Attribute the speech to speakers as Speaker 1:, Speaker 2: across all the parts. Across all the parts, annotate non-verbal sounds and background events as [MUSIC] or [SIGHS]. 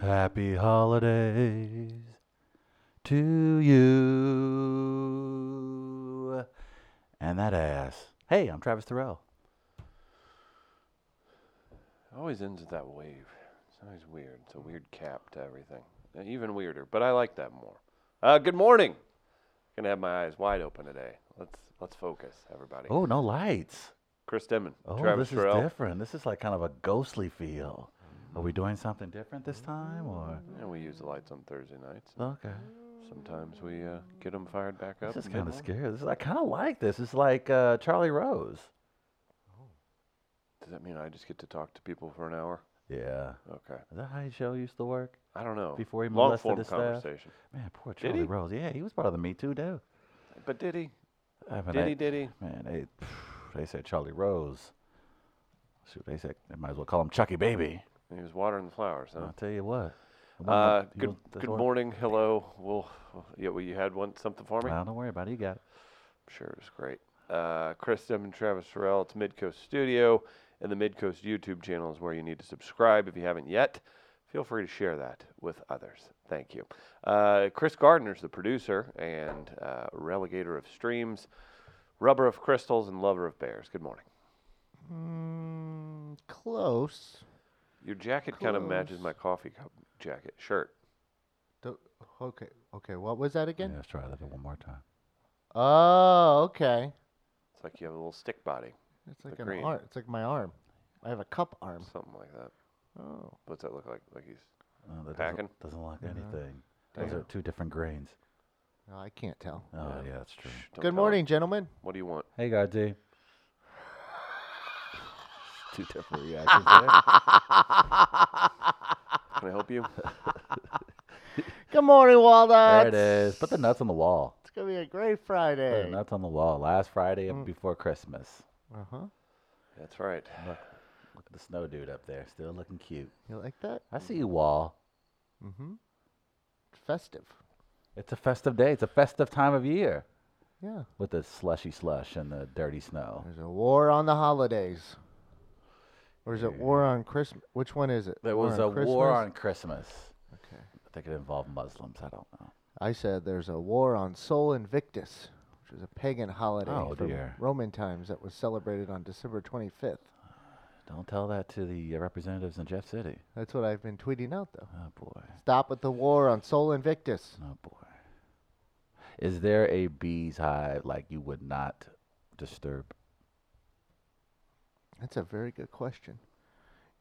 Speaker 1: happy holidays to you and that ass. Hey, I'm Travis Terrell.
Speaker 2: It always ends with that wave. It's always weird. It's a weird cap to everything. Uh, Even weirder, but I like that more. Uh, good morning. Gonna have my eyes wide open today. Let's let's focus, everybody.
Speaker 1: Oh, no lights.
Speaker 2: Chris Denman,
Speaker 1: Oh,
Speaker 2: Travis
Speaker 1: this is
Speaker 2: Terrell.
Speaker 1: different. This is like kind of a ghostly feel. Are we doing something different this time or
Speaker 2: And we use the lights on Thursday nights.
Speaker 1: Okay.
Speaker 2: Sometimes we uh, get them fired back up.
Speaker 1: This is
Speaker 2: in
Speaker 1: kind of
Speaker 2: mid-morning.
Speaker 1: scary. This is, I kind of like this. It's like uh, Charlie Rose.
Speaker 2: Does that mean I just get to talk to people for an hour?
Speaker 1: Yeah.
Speaker 2: Okay.
Speaker 1: Is that how his show used to work?
Speaker 2: I don't know.
Speaker 1: Before he
Speaker 2: long
Speaker 1: molested
Speaker 2: form
Speaker 1: his staff?
Speaker 2: conversation.
Speaker 1: Man, poor
Speaker 2: Did
Speaker 1: Charlie
Speaker 2: he?
Speaker 1: Rose. Yeah, he was part of the Me Too, too.
Speaker 2: But did he?
Speaker 1: I mean,
Speaker 2: Did
Speaker 1: I-
Speaker 2: he? Did he?
Speaker 1: Man, they [SIGHS] they said Charlie Rose. Shoot, they said they might as well call him Chucky Baby.
Speaker 2: He was watering the flowers, huh?
Speaker 1: I'll tell you what. The one
Speaker 2: Oh. Uh,
Speaker 1: that- you
Speaker 2: good
Speaker 1: want the
Speaker 2: good
Speaker 1: door-
Speaker 2: morning. Hello. Well, yeah, well, you had one something for me?
Speaker 1: Well, don't worry about it. You got it.
Speaker 2: Sure, it was great. Uh, Chris Dem and Travis Terrell. It's Midcoast Studio, and the Midcoast YouTube channel is where you need to subscribe if you haven't yet. Feel free to share that with others. Thank you. Uh, Chris Gardner's the producer and uh, relegator of streams, rubber of crystals, and lover of bears. Good morning.
Speaker 3: Mm, close.
Speaker 2: Your jacket kind of matches
Speaker 3: Close.
Speaker 2: my coffee cup jacket shirt.
Speaker 3: Do- okay. Okay. What was that
Speaker 1: Yeah,
Speaker 3: again?
Speaker 1: let's try that one more time.
Speaker 3: Oh, okay.
Speaker 2: It's like you have a little stick body,
Speaker 3: It's like
Speaker 2: green.
Speaker 3: an arm. It's like my arm. I have a cup arm.
Speaker 2: something like that.
Speaker 3: Oh.
Speaker 2: What's that look like? Like he's
Speaker 1: Uh, that
Speaker 2: Packing?
Speaker 1: doesn't, doesn't look
Speaker 3: Yeah.
Speaker 1: anything. Those
Speaker 3: Damn.
Speaker 1: are two different grains.
Speaker 3: No, I can't tell.
Speaker 1: Oh,
Speaker 2: Yeah.
Speaker 1: yeah, that's true.
Speaker 2: Shh, don't tell
Speaker 3: Good
Speaker 2: him.
Speaker 3: morning, gentlemen.
Speaker 2: What do you want?
Speaker 1: Hey, Gardy. two different
Speaker 2: [LAUGHS]
Speaker 1: reactions there.
Speaker 2: Can I help
Speaker 3: [LAUGHS]
Speaker 2: you?
Speaker 3: Good morning,
Speaker 1: there
Speaker 2: [LAUGHS]
Speaker 3: Walnuts.
Speaker 1: it is. Put the nuts on the wall.
Speaker 3: It's gonna be a great
Speaker 1: Put
Speaker 3: Friday.
Speaker 1: the nuts on the wall. Last Friday
Speaker 3: Mm.
Speaker 1: before Christmas.
Speaker 3: Uh huh.
Speaker 2: That's right.
Speaker 1: Look, look at the snow dude up there. Still looking cute.
Speaker 3: You like
Speaker 2: Mm.
Speaker 3: that?
Speaker 1: I see you, Wall.
Speaker 3: Mm-hmm. It's festive.
Speaker 1: It's a festive day. It's a festive time of year
Speaker 3: Yeah.
Speaker 1: with the slushy slush and the dirty snow.
Speaker 3: There's a war on the holidays. Or is it war on Christmas? Which one is it?
Speaker 1: There
Speaker 3: War
Speaker 1: was
Speaker 3: on
Speaker 1: a war
Speaker 3: Christmas?
Speaker 1: on Christmas.
Speaker 3: Okay.
Speaker 1: I think it involved Muslims. I don't know.
Speaker 3: I said there's a war on Sol Invictus, which was a pagan holiday
Speaker 1: Oh,
Speaker 3: from
Speaker 1: dear.
Speaker 3: Roman times that was celebrated on December 25th.
Speaker 1: Don't tell that to the uh, representatives in Jeff City.
Speaker 3: That's what I've been tweeting out, though.
Speaker 1: Oh boy.
Speaker 3: Stop with the war on Sol Invictus.
Speaker 1: Oh boy. Is there a bees hive like you would not disturb?
Speaker 3: That's a very good question.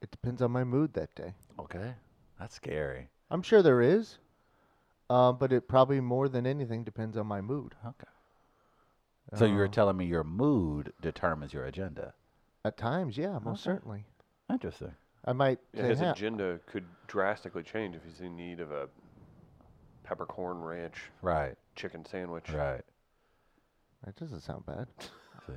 Speaker 3: It depends on my mood that day.
Speaker 1: Okay. That's scary.
Speaker 3: I'm sure there is, uh, but it probably more than anything depends on my mood.
Speaker 1: Okay. So you were
Speaker 3: Uh,
Speaker 1: telling me your mood determines your agenda.
Speaker 3: At times, yeah, most
Speaker 1: Okay.
Speaker 3: certainly.
Speaker 1: Interesting.
Speaker 3: I might
Speaker 2: Yeah,
Speaker 3: say,
Speaker 2: his
Speaker 3: "Huh,
Speaker 2: agenda could drastically change if he's in need of a peppercorn ranch
Speaker 1: Right.
Speaker 2: chicken sandwich.
Speaker 1: Right.
Speaker 3: that doesn't sound bad.
Speaker 1: See.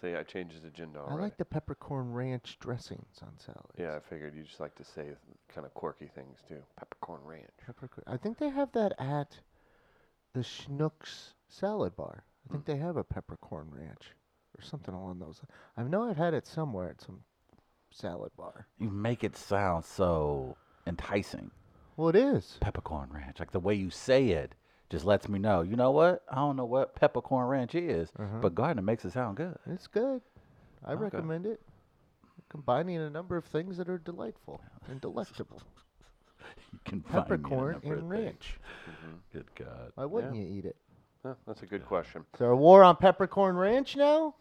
Speaker 2: See, I changed his agenda
Speaker 3: I
Speaker 2: already.
Speaker 3: like the peppercorn ranch dressings on salads.
Speaker 2: yeah, I figured you just like to say kind of quirky things too. Peppercorn ranch.
Speaker 3: Peppercorn. I think they have that at the Schnucks salad bar. I think they have a peppercorn ranch or something along those. li- I know I've had it somewhere at some salad bar.
Speaker 1: You make it sound so enticing.
Speaker 3: Well, it is.
Speaker 1: peppercorn ranch. Like the way you say it just lets me know. You know what? I don't know what peppercorn ranch is,
Speaker 3: Uh-huh.
Speaker 1: but Gardner makes it sound good. [LAUGHS]
Speaker 3: It's good. I
Speaker 1: Okay.
Speaker 3: recommend it. Combining a number of things that are delightful and delectable.
Speaker 1: You can find me a
Speaker 3: Peppercorn
Speaker 1: number of
Speaker 3: and
Speaker 1: things.
Speaker 3: ranch.
Speaker 2: Mm-hmm.
Speaker 1: Good God.
Speaker 3: Why wouldn't you eat it?
Speaker 2: Huh, that's a good question.
Speaker 3: Is there a war on peppercorn ranch now?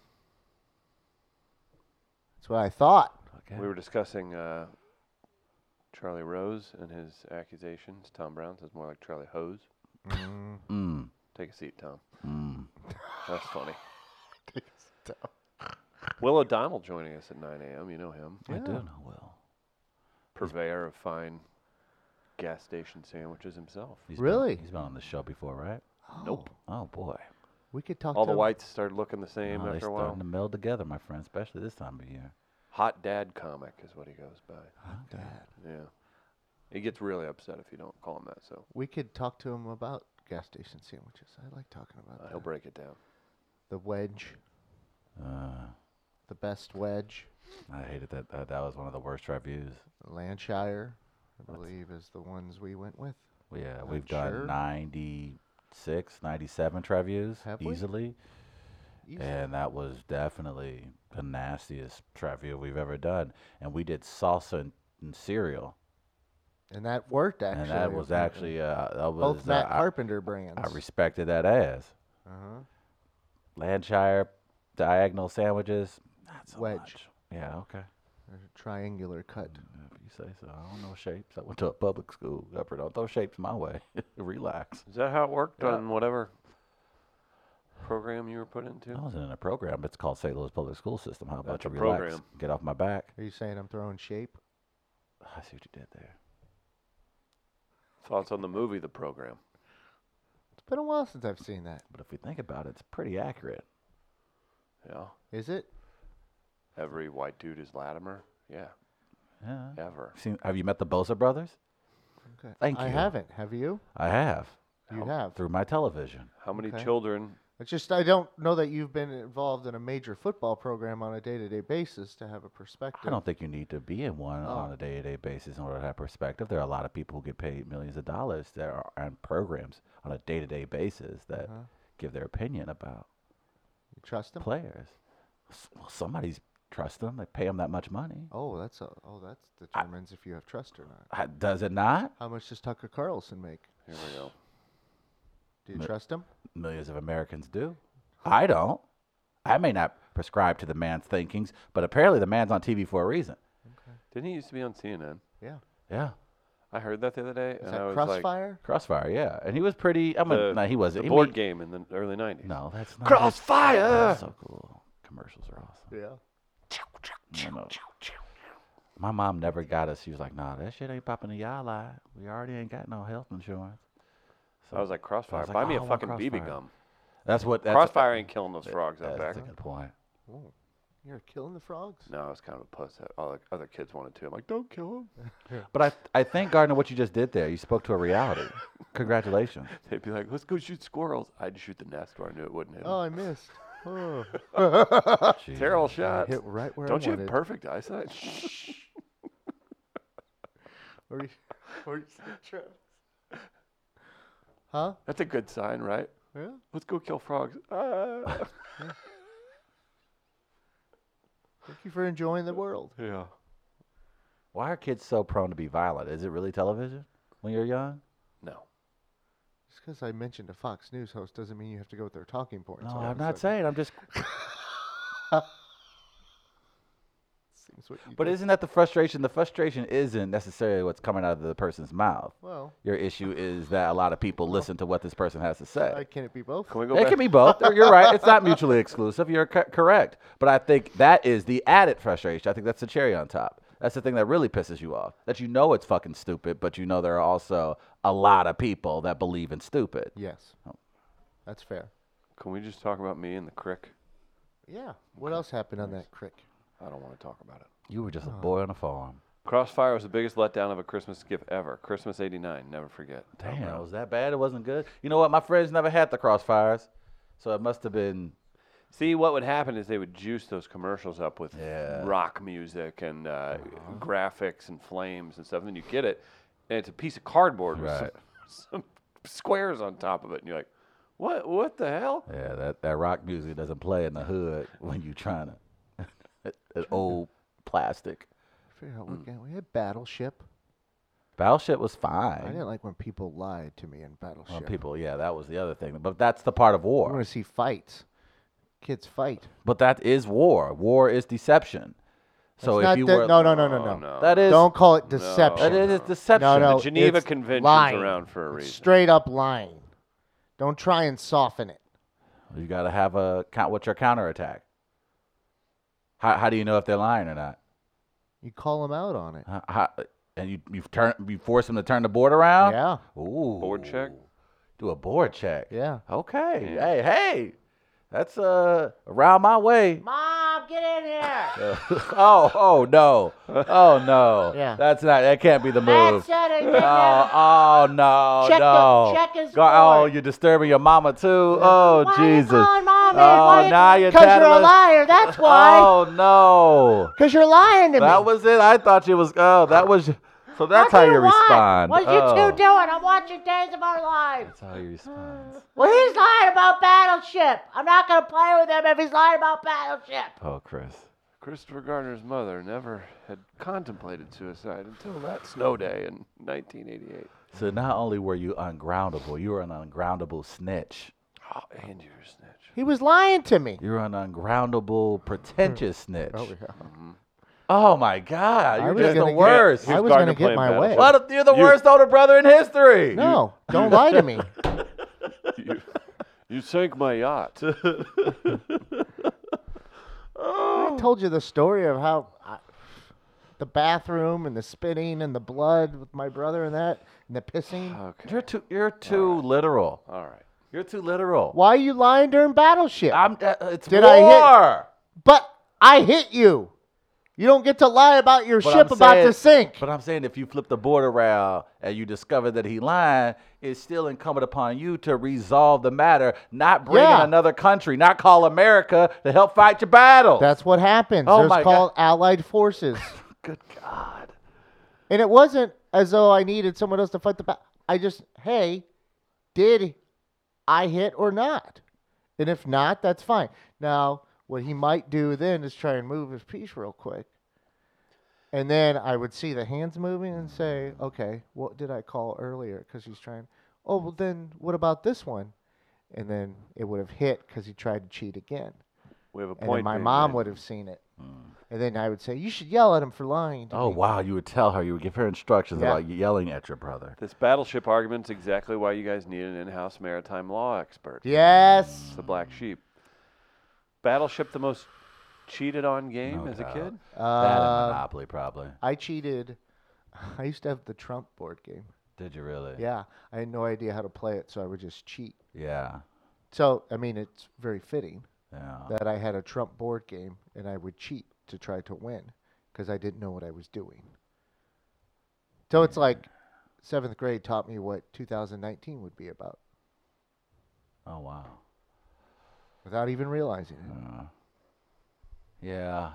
Speaker 3: That's what I thought.
Speaker 1: Okay.
Speaker 2: We were discussing uh, Charlie Rose and his accusations. Tom Brown says more like Charlie Hose.
Speaker 1: mm, [LAUGHS]
Speaker 2: Take a seat, Tom.
Speaker 1: mm.
Speaker 2: That's funny. Will O'Donnell joining us at 9 a.m. You know him.
Speaker 1: I do
Speaker 3: Yeah.
Speaker 1: know well.
Speaker 2: Purveyor of fine gas station sandwiches himself.
Speaker 1: He's
Speaker 3: Really?
Speaker 1: Been, he's been on the show before, right?
Speaker 2: Nope.
Speaker 3: Oh,
Speaker 1: Oh boy.
Speaker 3: We could talk
Speaker 2: All
Speaker 3: to
Speaker 2: the
Speaker 3: him.
Speaker 2: whites started looking the
Speaker 1: Now
Speaker 2: same
Speaker 1: they're
Speaker 2: after a
Speaker 1: starting
Speaker 2: while.
Speaker 1: to meld together, my friend, especially this time of year.
Speaker 2: Hot Dad Comic is what he goes by.
Speaker 1: Okay.
Speaker 2: Yeah. He gets really upset if you don't call him that, so
Speaker 3: We could talk to him about gas station sandwiches. I like talking
Speaker 2: uh,
Speaker 1: Oh,
Speaker 3: about
Speaker 2: he'll
Speaker 3: that.
Speaker 2: break it down.
Speaker 3: the wedge,
Speaker 1: Uh,
Speaker 3: the best wedge,
Speaker 1: I hated that. that. That was one of the worst reviews.
Speaker 3: Lanshire, I believe, is the ones we went with.
Speaker 1: Yeah,
Speaker 3: I'm
Speaker 1: we've
Speaker 3: sure.
Speaker 1: done 96, 97 reviews
Speaker 3: Have we?
Speaker 1: easily.
Speaker 3: Easy.
Speaker 1: And that was definitely the nastiest trivia we've ever done. And we did salsa and, and cereal.
Speaker 3: And that worked actually.
Speaker 1: and that was
Speaker 3: apparently.
Speaker 1: actually, uh, that was,
Speaker 3: both
Speaker 1: uh,
Speaker 3: Matt
Speaker 1: I-
Speaker 3: Carpenter brands.
Speaker 1: I respected that ass.
Speaker 3: uh-huh.
Speaker 1: Lanshire, diagonal sandwiches, not so
Speaker 3: Wedge.
Speaker 1: much. Yeah, okay.
Speaker 3: There's a triangular cut.
Speaker 1: If you say so. I don't know shapes. I went to a public school. Upper, don't throw shapes my way. [LAUGHS] Relax.
Speaker 2: Is that how it worked
Speaker 1: Yeah.
Speaker 2: on whatever program you were put into?
Speaker 1: I wasn't in a program. It's called St. Louis Public School System. How about
Speaker 2: That's
Speaker 1: you
Speaker 2: a
Speaker 1: relax?
Speaker 2: program.
Speaker 1: Get off my back.
Speaker 3: Are you saying I'm throwing shape?
Speaker 1: I see what you did there.
Speaker 2: Thoughts on the movie, the program?
Speaker 3: It's been a while since I've seen that.
Speaker 1: But if we think about it, it's pretty accurate.
Speaker 2: Yeah.
Speaker 3: Is it?
Speaker 2: Every white dude is Latimer. Yeah.
Speaker 1: Yeah.
Speaker 2: Ever.
Speaker 1: Seen, have you met the Bosa brothers?
Speaker 3: Okay.
Speaker 1: Thank
Speaker 3: I
Speaker 1: you.
Speaker 3: haven't. Have you?
Speaker 1: I have
Speaker 3: You
Speaker 2: Nope.
Speaker 3: have.
Speaker 1: through my television.
Speaker 2: How many
Speaker 3: Okay.
Speaker 2: children?
Speaker 3: It's just I don't know that you've been involved in a major football program on a day-to-day basis to have a perspective.
Speaker 1: I don't think you need to be in one on
Speaker 3: Oh.
Speaker 1: a day-to-day basis in order to have perspective. There are a lot of people who get paid millions of dollars that are on programs on a day-to-day basis that
Speaker 3: Uh-huh.
Speaker 1: give their opinion about
Speaker 3: You trust him?
Speaker 1: players. S- Well, somebody's trust them. They pay them that much money.
Speaker 3: Oh, that's a, oh, that determines if you have trust or not.
Speaker 1: Uh, Does it not?
Speaker 3: How much does Tucker Carlson make?
Speaker 2: Here we go.
Speaker 3: Do you
Speaker 1: Ma-
Speaker 3: trust him?
Speaker 1: Millions of Americans do. I don't. I may not prescribe to the man's thinkings, but apparently the man's on TV for a reason.
Speaker 2: Didn't he used to be on CNN?
Speaker 3: Yeah.
Speaker 1: Yeah.
Speaker 2: I heard that the other day,
Speaker 3: Is
Speaker 2: and I
Speaker 3: that
Speaker 2: was like,
Speaker 3: Crossfire?
Speaker 1: Crossfire, yeah. And he was pretty. I mean,
Speaker 2: The-
Speaker 1: no, he
Speaker 2: the
Speaker 1: wasn't. He
Speaker 2: board
Speaker 1: made-
Speaker 2: game in the early '90s.
Speaker 1: No, that's not.
Speaker 2: Crossfire!
Speaker 1: That's so cool. Commercials are awesome.
Speaker 3: yeah.
Speaker 1: No, no. My mom never got us. She was like, nah, that shit ain't popping in y'all eye. We already ain't got no health insurance.
Speaker 2: I was like, Crossfire,
Speaker 1: like,
Speaker 2: buy me a
Speaker 1: "Oh, I want
Speaker 2: fucking BB
Speaker 1: Crossfire."
Speaker 2: gum.
Speaker 1: that's what. That's
Speaker 2: Crossfire ain't killing those frogs out
Speaker 1: that's
Speaker 2: back.
Speaker 1: a good point.
Speaker 3: Oh, you're killing the frogs.
Speaker 2: No, I was kind of a puss. that All the other kids wanted to. I'm like, don't kill them.
Speaker 1: But I, I think, Gardner, what you just did there, you spoke to a reality. Congratulations.
Speaker 2: They'd be like, let's go shoot squirrels. I'd shoot the nest where I knew it wouldn't hit. 'em.
Speaker 3: Oh, I missed.
Speaker 2: [LAUGHS]
Speaker 3: Oh.
Speaker 1: Jesus.
Speaker 2: Terrible shot.
Speaker 3: Hit right where
Speaker 2: Uh,
Speaker 3: I
Speaker 2: Don't you have
Speaker 3: wanted.
Speaker 2: perfect eyesight? Shh. [LAUGHS]
Speaker 3: Where you, where you see Travis? Huh?
Speaker 2: That's a good sign, right?
Speaker 3: Yeah.
Speaker 2: Let's go kill frogs. Ah.
Speaker 3: Thank you for enjoying the world.
Speaker 2: yeah.
Speaker 1: Why are kids so prone to be violent? Is it really television when you're young?
Speaker 2: No.
Speaker 3: Just because I mentioned a Fox News host doesn't mean you have to go with their talking points.
Speaker 1: No,
Speaker 3: all of
Speaker 1: I'm
Speaker 3: a
Speaker 1: not
Speaker 3: sudden.
Speaker 1: saying. I'm just.
Speaker 3: Seems what you
Speaker 1: But
Speaker 3: did.
Speaker 1: isn't that the frustration? The frustration isn't necessarily what's coming out of the person's mouth.
Speaker 3: well,
Speaker 1: Your issue is that a lot of people listen to what this person has to
Speaker 3: why
Speaker 1: say.
Speaker 3: can it be both?
Speaker 2: Can we go
Speaker 1: It
Speaker 2: back?
Speaker 1: can be both. You're right. It's
Speaker 2: [LAUGHS]
Speaker 1: not mutually exclusive. You're co- correct. But I think that is the added frustration. I think that's the cherry on top. That's the thing that really pisses you off. That you know it's fucking stupid, but you know there are also a lot of people that believe in stupid.
Speaker 3: Yes.
Speaker 1: Oh.
Speaker 3: That's fair.
Speaker 2: Can we just talk about me and the crick?
Speaker 3: Yeah. What else happened on that crick?
Speaker 2: I don't want to talk about it.
Speaker 1: You were just a boy on a farm.
Speaker 2: Crossfire was the biggest letdown of a Christmas gift ever. Christmas '89, never forget.
Speaker 1: Damn, was that bad? It wasn't good. You know what? My friends never had the crossfires, so it must have been.
Speaker 2: See, what would happen is they would juice those commercials up with
Speaker 1: Yeah.
Speaker 2: rock music and uh, graphics and flames and stuff. And then you get it, and it's a piece of cardboard with
Speaker 1: Right.
Speaker 2: some, some [LAUGHS] squares on top of it. And you're like, what What the hell?
Speaker 1: Yeah, that, that rock music doesn't play in the hood when you trying to. [LAUGHS] that old plastic.
Speaker 3: Figure
Speaker 1: Hmm.
Speaker 3: out what game. We had Battleship.
Speaker 1: Battleship was
Speaker 3: I
Speaker 1: fine.
Speaker 3: didn't like when people lied to me in Battleship.
Speaker 1: Well, people, yeah, that was the other thing. But that's the part of
Speaker 3: I
Speaker 1: war.
Speaker 3: want to see fights. Kids fight.
Speaker 1: But that is war. War is deception. So
Speaker 3: That's
Speaker 1: if
Speaker 3: not
Speaker 1: you
Speaker 3: that-
Speaker 1: were
Speaker 3: no, no, no, no,
Speaker 2: Oh,
Speaker 3: no.
Speaker 2: no.
Speaker 1: that is
Speaker 3: Don't call it
Speaker 2: No.
Speaker 3: deception.
Speaker 1: that is it's deception.
Speaker 3: No, no.
Speaker 2: The Geneva
Speaker 3: it's
Speaker 2: Convention's
Speaker 3: lying.
Speaker 2: around for a
Speaker 3: It's
Speaker 2: reason.
Speaker 3: Straight up lying. Don't try and soften it.
Speaker 1: You got to have a count. What's your counterattack? How how do you know if they're lying or not?
Speaker 3: You call them out on it.
Speaker 1: How, how, and you you turn you force them to turn the board around.
Speaker 3: Yeah.
Speaker 1: Ooh.
Speaker 2: Board check?
Speaker 1: Do a board check.
Speaker 3: Yeah.
Speaker 1: Okay.
Speaker 2: Yeah.
Speaker 1: Hey, hey. That's uh around my way.
Speaker 3: Mom, get in here.
Speaker 1: Uh, [LAUGHS] oh, oh no. Oh no.
Speaker 3: Yeah.
Speaker 1: That's not that can't be the move. Oh, oh no,
Speaker 4: Check the-
Speaker 1: no.
Speaker 4: check his
Speaker 1: Go- oh,
Speaker 4: board.
Speaker 1: you're disturbing your mama too. Oh
Speaker 4: Why
Speaker 1: Jesus.
Speaker 4: Are you calling mommy?
Speaker 1: Oh,
Speaker 4: Why
Speaker 1: now you're
Speaker 4: Because you're a
Speaker 1: tattling-
Speaker 4: liar. That's why.
Speaker 1: Oh no.
Speaker 4: Because you're lying to me.
Speaker 1: That was it. I thought you was oh, that was So that's how you
Speaker 4: what?
Speaker 1: respond.
Speaker 4: What are
Speaker 1: Oh,
Speaker 4: you two doing? I'm watching Days of Our Lives.
Speaker 1: That's how you respond.
Speaker 4: Well, he's lying about Battleship. I'm not going to play with him if he's lying about Battleship.
Speaker 1: Oh, Chris.
Speaker 2: Christopher Gardner's mother never had contemplated suicide until that snow day in 1988.
Speaker 1: So not only were you ungroundable, you were an ungroundable snitch.
Speaker 2: Oh, and you're a snitch.
Speaker 3: He was lying to me.
Speaker 1: You were an ungroundable, pretentious snitch.
Speaker 3: Hmm. Oh, yeah.
Speaker 2: Mm-hmm.
Speaker 1: Oh my God,
Speaker 3: I
Speaker 1: you're
Speaker 3: was
Speaker 1: just the
Speaker 3: gonna get-
Speaker 1: worst.
Speaker 2: Here's
Speaker 3: I was
Speaker 2: Gardner
Speaker 3: gonna
Speaker 2: playing
Speaker 3: get my way.
Speaker 2: Battleship.
Speaker 1: What if you're the
Speaker 2: You-
Speaker 1: worst older brother in history?
Speaker 3: No, don't lie to me.
Speaker 2: you, you sank my yacht.
Speaker 3: I [LAUGHS] told you the story of how I, the bathroom and the spitting and the blood with my brother and that and the pissing.
Speaker 2: okay.
Speaker 1: You're too. You're too literal.
Speaker 2: All right.
Speaker 1: You're too literal.
Speaker 3: Why are you lying during battleship?
Speaker 1: I'm. Uh, it's
Speaker 3: Did
Speaker 1: war.
Speaker 3: I hit- but I hit you. You don't get to lie about your
Speaker 1: But
Speaker 3: ship
Speaker 1: I'm
Speaker 3: about
Speaker 1: saying-
Speaker 3: to sink.
Speaker 1: But I'm saying if you flip the board around and you discover that he lied, it's still incumbent upon you to resolve the matter, not bring
Speaker 3: Yeah.
Speaker 1: in another country, not call America to help fight your battle.
Speaker 3: That's what happens.
Speaker 1: Oh my
Speaker 3: There's called
Speaker 1: [LAUGHS]
Speaker 3: allied forces.
Speaker 2: Good God.
Speaker 3: and it wasn't as though I needed someone else to fight the battle. I just, hey, did I hit or not? And if not, that's fine. Now, what he might do then is try and move his piece real quick. And then I would see the hands moving and say, okay, what did I call earlier? Because he's trying, oh, well, then what about this one? And then it would have hit because he tried to cheat again.
Speaker 2: We have a
Speaker 3: And
Speaker 2: point.
Speaker 3: then my
Speaker 2: being
Speaker 3: mom
Speaker 2: made.
Speaker 3: would have seen it. And then I would say, you should yell at him for lying. To
Speaker 1: oh
Speaker 3: me."
Speaker 1: wow! You would tell her. You would give her instructions
Speaker 3: Yeah.
Speaker 1: about yelling at your brother.
Speaker 2: This battleship argument's exactly why you guys need an in-house maritime law expert.
Speaker 3: Yes.
Speaker 2: It's the black sheep. Battleship, the most cheated on game
Speaker 1: No
Speaker 2: as a
Speaker 1: doubt.
Speaker 2: kid.
Speaker 1: that
Speaker 3: Uh,
Speaker 1: and Monopoly, probably.
Speaker 3: I cheated. [LAUGHS] I used to have the Trump board game.
Speaker 1: Did you really?
Speaker 3: Yeah, I had no idea how to play it, so I would just cheat.
Speaker 1: Yeah.
Speaker 3: So, I mean, it's very fitting
Speaker 1: Yeah.
Speaker 3: that I had a Trump board game and I would cheat to try to win because I didn't know what I was doing. So it's like seventh grade taught me what 2019 would be about
Speaker 1: Oh wow.
Speaker 3: without even realizing it.
Speaker 1: Yeah.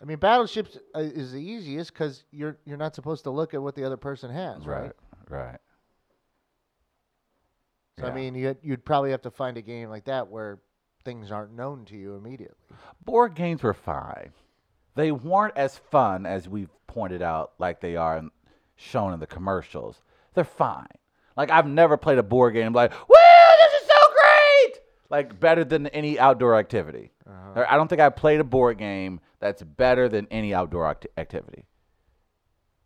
Speaker 3: I mean, battleships uh, is the easiest because you're you're not supposed to look at what the other person has, right?
Speaker 1: Right. Right.
Speaker 3: So
Speaker 1: Yeah.
Speaker 3: I mean, you'd, you'd probably have to find a game like that where things aren't known to you immediately.
Speaker 1: board games were fine. They weren't as fun as we've pointed out, like they are in- shown in the commercials. They're fine. Like I've never played a board game like, "Wow, this is so great!" Like better than any outdoor activity.
Speaker 3: Uh-huh.
Speaker 1: There- I don't think I played a board game that's better than any outdoor act- activity.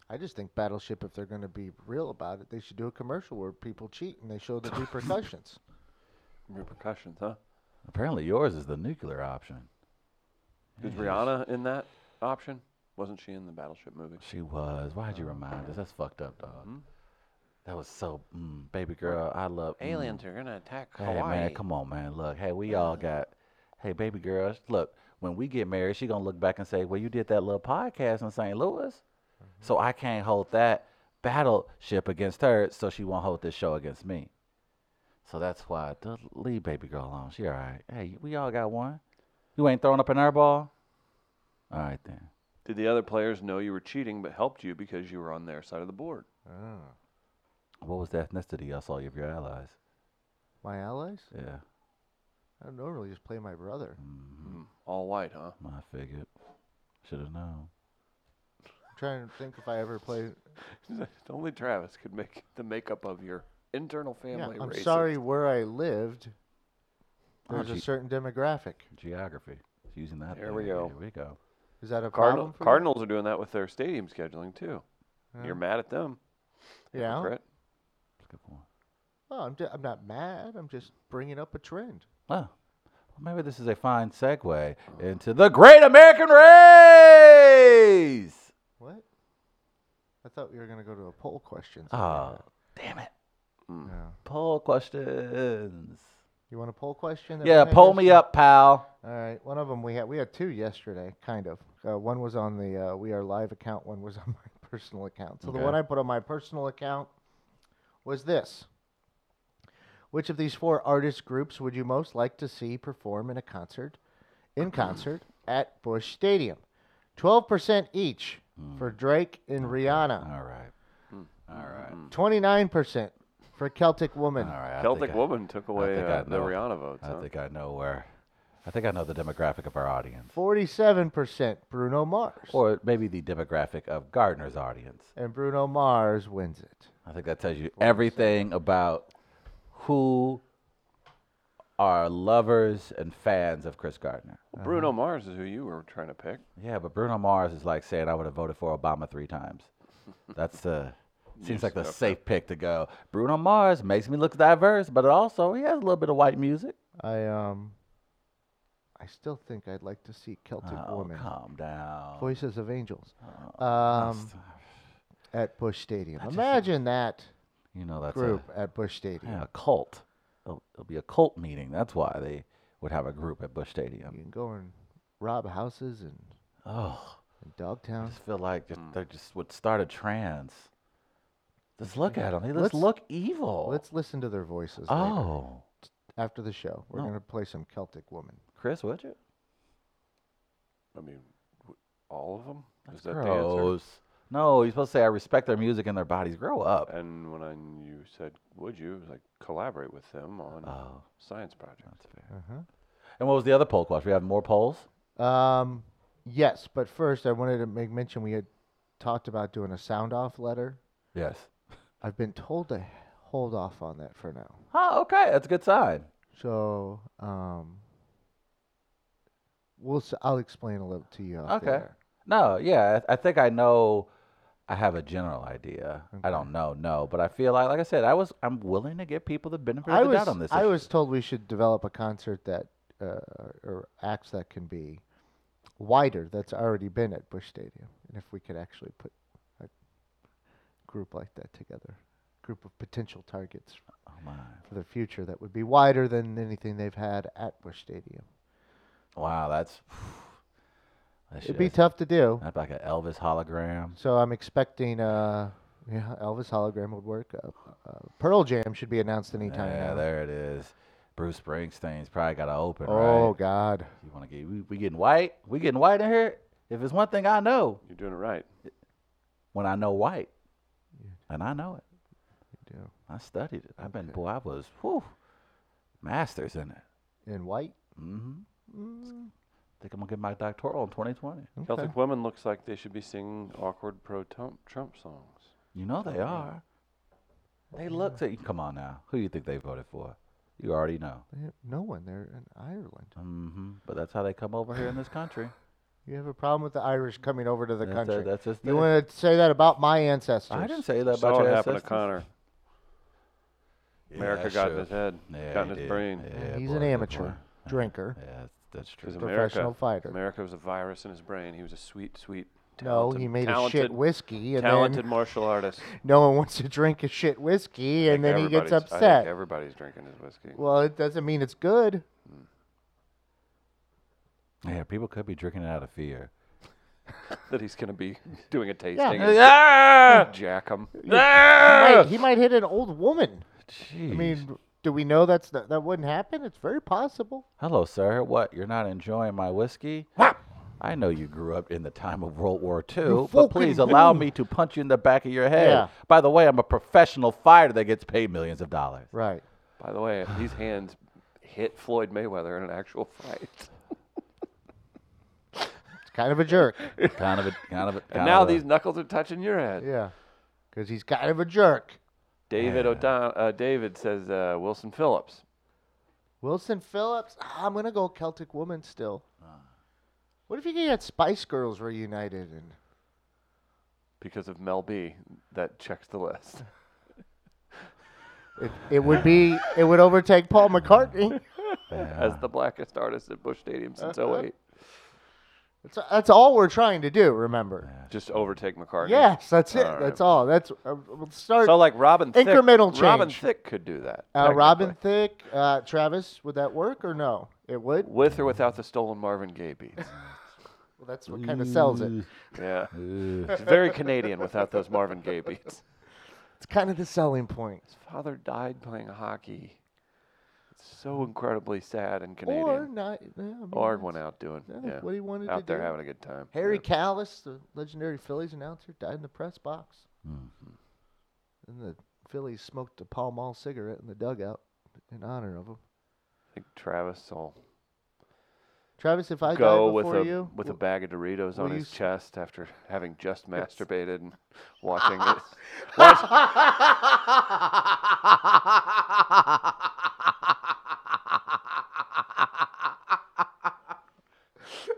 Speaker 3: I just think Battleship, if they're going to be real about it, they should do a commercial where people cheat and they show the
Speaker 2: [LAUGHS]
Speaker 3: repercussions.
Speaker 2: Repercussions, huh?
Speaker 1: Apparently, yours is the nuclear option.
Speaker 2: Is Rihanna in that option? Wasn't she in the Battleship movie?
Speaker 1: She was. Why'd you remind us? That's fucked up, dog. That was so, mm, baby girl. I love mm.
Speaker 2: Aliens are gonna attack
Speaker 1: Hey
Speaker 2: Hawaii.
Speaker 1: man, come on, man. Look, hey, we all got. Hey, baby girl, sh- look. When we get married, she gonna look back and say, "Well, you did that little podcast in St. Louis," so I can't hold that battleship against her, so she won't hold this show against me. So that's why d- leave baby girl alone. She all right. Hey, we all got one. You ain't throwing up an air ball. All right then.
Speaker 2: Did the other players know you were cheating but helped you because you were on their side of the board?
Speaker 3: Oh,
Speaker 1: What was the ethnicity I saw you of your allies?
Speaker 3: My allies?
Speaker 1: Yeah,
Speaker 3: I don't normally just play my brother. I'm
Speaker 1: Mm-hmm.
Speaker 2: Mm, All white, huh? [LAUGHS]
Speaker 1: I figured. Should have known.
Speaker 3: trying to think if I ever played.
Speaker 2: Only Travis could make the makeup of your internal
Speaker 3: Yeah,
Speaker 2: family.
Speaker 3: I'm
Speaker 2: racist.
Speaker 3: sorry where I lived.
Speaker 1: Oh,
Speaker 3: There's a
Speaker 1: gee.
Speaker 3: certain demographic.
Speaker 1: Geography. Using that.
Speaker 2: There we
Speaker 1: thing.
Speaker 2: go.
Speaker 1: Here we go.
Speaker 3: Is that a problem?
Speaker 2: Cardinal,
Speaker 3: for you?
Speaker 2: Cardinals are doing that with their stadium scheduling too. You're mad at them.
Speaker 3: Yeah.
Speaker 2: hypocrite.
Speaker 1: That's a good point.
Speaker 3: Well, I'm, ju- I'm not mad. I'm just bringing up a trend.
Speaker 1: Oh, well, maybe this is a fine segue into the Great American Race.
Speaker 3: What? I thought we were going to go to a poll question.
Speaker 1: Oh, damn it!
Speaker 3: Yeah.
Speaker 1: Poll questions.
Speaker 3: You want a poll question? that we
Speaker 1: Yeah,
Speaker 3: had
Speaker 1: poll me
Speaker 3: yesterday?
Speaker 1: up, pal.
Speaker 3: All right. One of them we had. We had two yesterday, kind of. Uh, one was on the uh, We Are Live account. One was [LAUGHS] on my personal account. So
Speaker 1: Okay.
Speaker 3: the one I put on my personal account was this. Which of these four artist groups would you most like to see
Speaker 1: [CLEARS THROAT]
Speaker 3: perform in a concert, in concert at Bush Stadium? Twelve percent each for Drake and Rihanna.
Speaker 1: Hmm. All right.
Speaker 2: Hmm.
Speaker 1: All right.
Speaker 3: Twenty nine percent for Celtic Woman.
Speaker 1: All right. I
Speaker 2: Celtic
Speaker 1: think I-
Speaker 2: Woman took away
Speaker 1: think
Speaker 2: uh,
Speaker 1: I
Speaker 2: the
Speaker 1: know.
Speaker 2: Rihanna votes.
Speaker 1: I
Speaker 2: huh?
Speaker 1: think I know where. I think I know the demographic of our audience,
Speaker 3: Forty seven percent Bruno Mars.
Speaker 1: or maybe the demographic of Gardner's audience.
Speaker 3: and Bruno Mars wins it.
Speaker 1: I think that tells you everything about who are lovers and fans of Chris Gardner.
Speaker 2: Well, Bruno Mars is who you were trying to pick.
Speaker 1: Yeah, but Bruno Mars is like saying I would have voted for Obama three times.
Speaker 3: [LAUGHS]
Speaker 1: That's uh seems like the safe pick to go. Bruno Mars makes me look diverse, but also he has a little bit of white music.
Speaker 3: I um I still think I'd like to see Celtic
Speaker 1: Oh,
Speaker 3: Woman.
Speaker 1: calm down.
Speaker 3: Voices of Angels. um at Bush Stadium. Imagine that
Speaker 1: you know that's
Speaker 3: group
Speaker 1: a,
Speaker 3: at Bush Stadium.
Speaker 1: yeah, a cult. It'll, it'll be a cult meeting. That's why they would have a group at Bush Stadium.
Speaker 3: You can go and rob houses and
Speaker 1: Oh,
Speaker 3: in
Speaker 1: I
Speaker 3: Dogtown.
Speaker 1: just feel like just,
Speaker 3: Mm.
Speaker 1: they just would start a trance. Just look at them. They
Speaker 3: Let's-
Speaker 1: just look evil.
Speaker 3: Let's listen to their voices. later.
Speaker 1: oh,
Speaker 3: After the show, we're
Speaker 1: No.
Speaker 3: going to play some Celtic Woman.
Speaker 1: Chris, would you?
Speaker 2: I mean, w- all of them. Is that
Speaker 1: Gross. No, you're supposed to say I respect their music and their bodies. Grow
Speaker 2: the
Speaker 1: up.
Speaker 2: answer? And when I, you said, "Would you?" It was like collaborate with them on
Speaker 1: Oh.
Speaker 2: science projects.
Speaker 1: That's fair.
Speaker 3: Uh-huh.
Speaker 1: And what was the other poll question? We have more polls.
Speaker 3: Um, yes, but first I wanted to make mention we had talked about doing a sound off letter.
Speaker 1: Yes.
Speaker 3: I've been told to hold off on that for now.
Speaker 1: Oh, okay. That's a good sign.
Speaker 3: So, um, we'll s- I'll explain a little to you. off the
Speaker 1: Okay.
Speaker 3: air.
Speaker 1: No, yeah, I, I think I know. I have a general idea. I
Speaker 3: Okay.
Speaker 1: don't know, no, but I feel like, like I said, I was, I'm willing to give people the benefit
Speaker 3: I
Speaker 1: of the
Speaker 3: was
Speaker 1: doubt on this.
Speaker 3: I
Speaker 1: issue.
Speaker 3: was told we should develop a concert that uh, or acts that can be wider. That's already been at Bush Stadium, and if we could actually put a group like that together, group of potential targets
Speaker 1: Oh my.
Speaker 3: for the future, that would be wider than anything they've had at Bush Stadium.
Speaker 1: Wow, that's. [SIGHS] that shit
Speaker 3: It'd be
Speaker 1: is-
Speaker 3: tough to do.
Speaker 1: That's like an Elvis hologram.
Speaker 3: So I'm expecting uh yeah, Elvis hologram would work. Uh, uh, Pearl Jam should be announced anytime
Speaker 1: Yeah,
Speaker 3: now.
Speaker 1: there it is. Bruce Springsteen's probably got to open,
Speaker 3: Oh
Speaker 1: right?
Speaker 3: God,
Speaker 1: You want to get we, we getting white? We getting white in here? If it's one thing I know,
Speaker 2: You're doing it right.
Speaker 1: when I know white, and I know it,
Speaker 3: you do.
Speaker 1: I studied it. I've been boy, I was whew, masters in it.
Speaker 3: in white. Mm,
Speaker 1: Mm-hmm. Think I'm gonna get my doctoral in 2020.
Speaker 3: Okay.
Speaker 2: Celtic women looks like they should be singing awkward pro Trump Trump songs.
Speaker 1: You know
Speaker 3: Oh,
Speaker 1: they are. They look. To, come on now, who you think they voted for? You already know.
Speaker 3: They have no one. They're in Ireland.
Speaker 1: Mm-hmm. But that's how they come over here in this country.
Speaker 3: You have a problem with the Irish coming over to the
Speaker 1: That's a-
Speaker 3: country.
Speaker 1: that's just
Speaker 3: you
Speaker 1: it.
Speaker 3: want to say that about my ancestors?
Speaker 1: I didn't say that
Speaker 2: Saw
Speaker 1: about
Speaker 2: what
Speaker 1: your
Speaker 2: happened to
Speaker 1: ancestors.
Speaker 2: Connor.
Speaker 1: Yeah,
Speaker 2: America
Speaker 1: that's
Speaker 2: got in
Speaker 1: true.
Speaker 2: his head,
Speaker 1: Yeah, he
Speaker 2: got in his
Speaker 1: did.
Speaker 2: brain.
Speaker 1: Yeah,
Speaker 3: He's
Speaker 1: boy,
Speaker 3: an
Speaker 1: good
Speaker 3: amateur
Speaker 1: boy.
Speaker 3: drinker.
Speaker 1: Yeah, that's, that's true.
Speaker 2: 'Cause
Speaker 3: Professional
Speaker 2: America,
Speaker 3: fighter.
Speaker 2: America was a virus in his brain. He was a sweet, sweet.
Speaker 3: No,
Speaker 2: Talented,
Speaker 3: he made
Speaker 2: talented,
Speaker 3: a shit whiskey, and
Speaker 2: talented
Speaker 3: then
Speaker 2: martial artist.
Speaker 3: [LAUGHS] no one wants to drink a shit whiskey, and then he
Speaker 2: Everybody's-
Speaker 3: gets
Speaker 2: I think
Speaker 3: upset.
Speaker 2: everybody's drinking his whiskey.
Speaker 3: well, it doesn't mean it's good.
Speaker 1: Yeah, people could be drinking it out of fear.
Speaker 2: that he's going to be [LAUGHS] doing a tasting. and
Speaker 1: Ah!
Speaker 2: Jack him.
Speaker 3: Right, he might hit an old woman.
Speaker 1: Jeez.
Speaker 3: I mean, do we know that's not, that wouldn't happen? It's very possible.
Speaker 1: hello, sir. What? You're not enjoying my whiskey? I know you grew up in the time of World War II, but please
Speaker 3: fucking
Speaker 1: allow
Speaker 3: do.
Speaker 1: me to punch you in the back of your head.
Speaker 3: Yeah.
Speaker 1: By the way, I'm a professional fighter that gets paid millions of dollars.
Speaker 3: Right.
Speaker 2: By the way, these hands hit Floyd Mayweather in an actual fight.
Speaker 3: It's kind of a jerk.
Speaker 1: kind of a kind of a.
Speaker 2: And
Speaker 1: kind
Speaker 2: now
Speaker 1: of a-
Speaker 2: these knuckles are touching your head.
Speaker 3: yeah. Because he's kind of a jerk.
Speaker 2: David
Speaker 1: Yeah.
Speaker 2: O'Don- uh, David says uh, Wilson Phillips.
Speaker 3: Wilson Phillips. Ah, I'm gonna go Celtic Woman still. What if you could get Spice Girls reunited and
Speaker 2: Because of Mel B, that checks the list.
Speaker 3: it, it would be it would overtake Paul McCartney.
Speaker 2: As the blackest artist at Bush Stadium since
Speaker 3: Uh-huh.
Speaker 2: 08.
Speaker 3: That's, that's all we're trying to do. Remember?
Speaker 2: Just overtake McCartney.
Speaker 3: Yes, that's it.
Speaker 2: All right.
Speaker 3: that's all. That's uh, we'll start.
Speaker 2: So, like Robin Thicke.
Speaker 3: Incremental
Speaker 2: Robin
Speaker 3: change.
Speaker 2: Thicke could do that.
Speaker 3: uh, Robin
Speaker 2: technically.
Speaker 3: Thicke, uh, Travis. Would that work or no? It would.
Speaker 2: With or without the stolen Marvin Gaye
Speaker 3: [LAUGHS]
Speaker 2: beats.
Speaker 3: Well, that's what kind of sells it.
Speaker 2: Yeah. It's very Canadian without those Marvin Gaye beats.
Speaker 3: It's kind of the selling point.
Speaker 2: His father died playing hockey. It's so incredibly sad and Canadian.
Speaker 3: Or
Speaker 2: Or,
Speaker 3: not. Yeah, I mean,
Speaker 2: went
Speaker 3: that's-
Speaker 2: out doing.
Speaker 3: yeah,
Speaker 2: Yeah.
Speaker 3: What he wanted to
Speaker 2: Out there
Speaker 3: do.
Speaker 2: having a good time.
Speaker 3: Harry
Speaker 2: Yeah.
Speaker 3: Callis, the legendary Phillies announcer, died in the press box.
Speaker 1: Mhm.
Speaker 2: Mm-hmm.
Speaker 3: And the Phillies smoked a Pall Mall cigarette in the dugout in honor of him.
Speaker 2: I think Travis will
Speaker 3: Travis, if I
Speaker 2: go
Speaker 3: died
Speaker 2: with
Speaker 3: before
Speaker 2: a
Speaker 3: you,
Speaker 2: with a
Speaker 3: w-
Speaker 2: bag of Doritos
Speaker 3: will
Speaker 2: on
Speaker 3: you
Speaker 2: his
Speaker 3: s-
Speaker 2: chest after having just masturbated
Speaker 3: [LAUGHS]
Speaker 2: and watching it. Watch,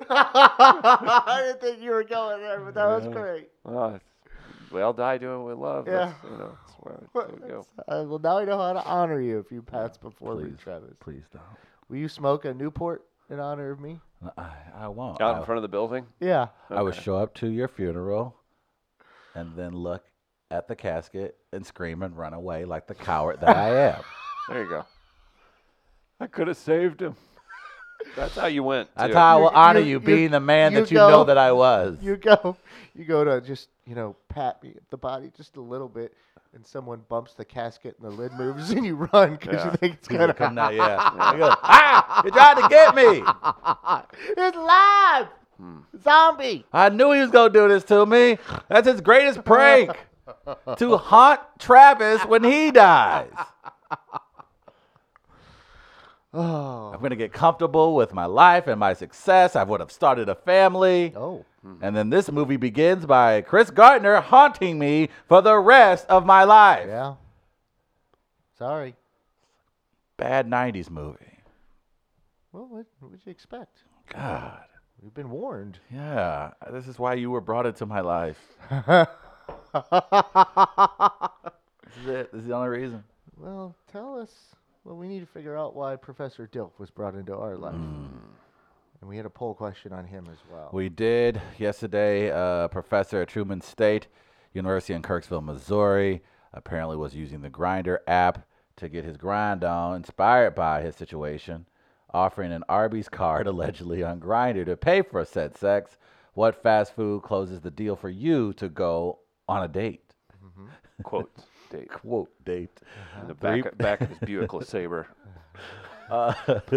Speaker 4: I didn't think you were going there, but that was
Speaker 2: Yeah.
Speaker 4: great.
Speaker 2: well, Oh, it's- we all die doing what we love.
Speaker 3: Yeah.
Speaker 2: That's, you know, that's where,
Speaker 3: Well,
Speaker 2: there we go.
Speaker 3: that's- uh, well, now [LAUGHS] I know how to honor you if you pass before me,
Speaker 1: please.
Speaker 3: Travis.
Speaker 1: Please don't.
Speaker 3: Will you smoke a Newport in honor of me?
Speaker 1: I, I won't.
Speaker 2: Out
Speaker 1: I-
Speaker 2: in front of the building.
Speaker 3: Yeah.
Speaker 1: I would
Speaker 2: Okay.
Speaker 1: show up to your funeral and then look at the casket and scream and run away like the coward that [LAUGHS] I am.
Speaker 2: There you go. I could have saved him. [LAUGHS] That's how you went.
Speaker 1: That's
Speaker 2: too.
Speaker 1: how I will
Speaker 3: You-
Speaker 1: honor
Speaker 3: you-
Speaker 1: you,
Speaker 3: you-
Speaker 1: being the man
Speaker 3: you
Speaker 1: that you know
Speaker 3: go-
Speaker 1: that I was. [LAUGHS]
Speaker 3: You go, [LAUGHS] you go to just you know pat me at the body just a little bit, and someone bumps the casket and the lid moves [LAUGHS] and you run because you
Speaker 2: Yeah.
Speaker 3: think it's
Speaker 1: He's gonna
Speaker 3: gonna.
Speaker 1: come down, yeah. I go, ah, you tried to get me.
Speaker 4: It's live!
Speaker 1: Hmm.
Speaker 4: Zombie!
Speaker 1: I knew he was gonna do this to me. That's his greatest prank [LAUGHS] to haunt Travis when he [SIGHS] dies.
Speaker 3: Oh,
Speaker 1: I'm gonna get comfortable with my life and my success. I would have started a family.
Speaker 3: oh,
Speaker 1: And then this movie begins by Chris Gardner haunting me for the rest of my life.
Speaker 3: yeah. Sorry.
Speaker 1: Bad 90s movie.
Speaker 3: Well, what would you expect?
Speaker 1: God.
Speaker 3: We've been warned.
Speaker 1: Yeah. This is why you were brought into my life. This is it. This is the only reason.
Speaker 3: Well, tell us. Well, we need to figure out why Professor Dilk was brought into our life. And we had a poll question on him as well.
Speaker 1: We did yesterday. Uh, professor at Truman State University in Kirksville, Missouri, apparently was using the Grinder app to get his grind on, inspired by his situation, offering an Arby's card [LAUGHS] allegedly on Grinder to pay for said sex. What fast food closes the deal for you to go on a date?
Speaker 2: Quote. Date.
Speaker 1: Quote date.
Speaker 2: In the
Speaker 1: Three-
Speaker 2: back, back of his Buick [LAUGHS] LeSabre,
Speaker 1: Uh,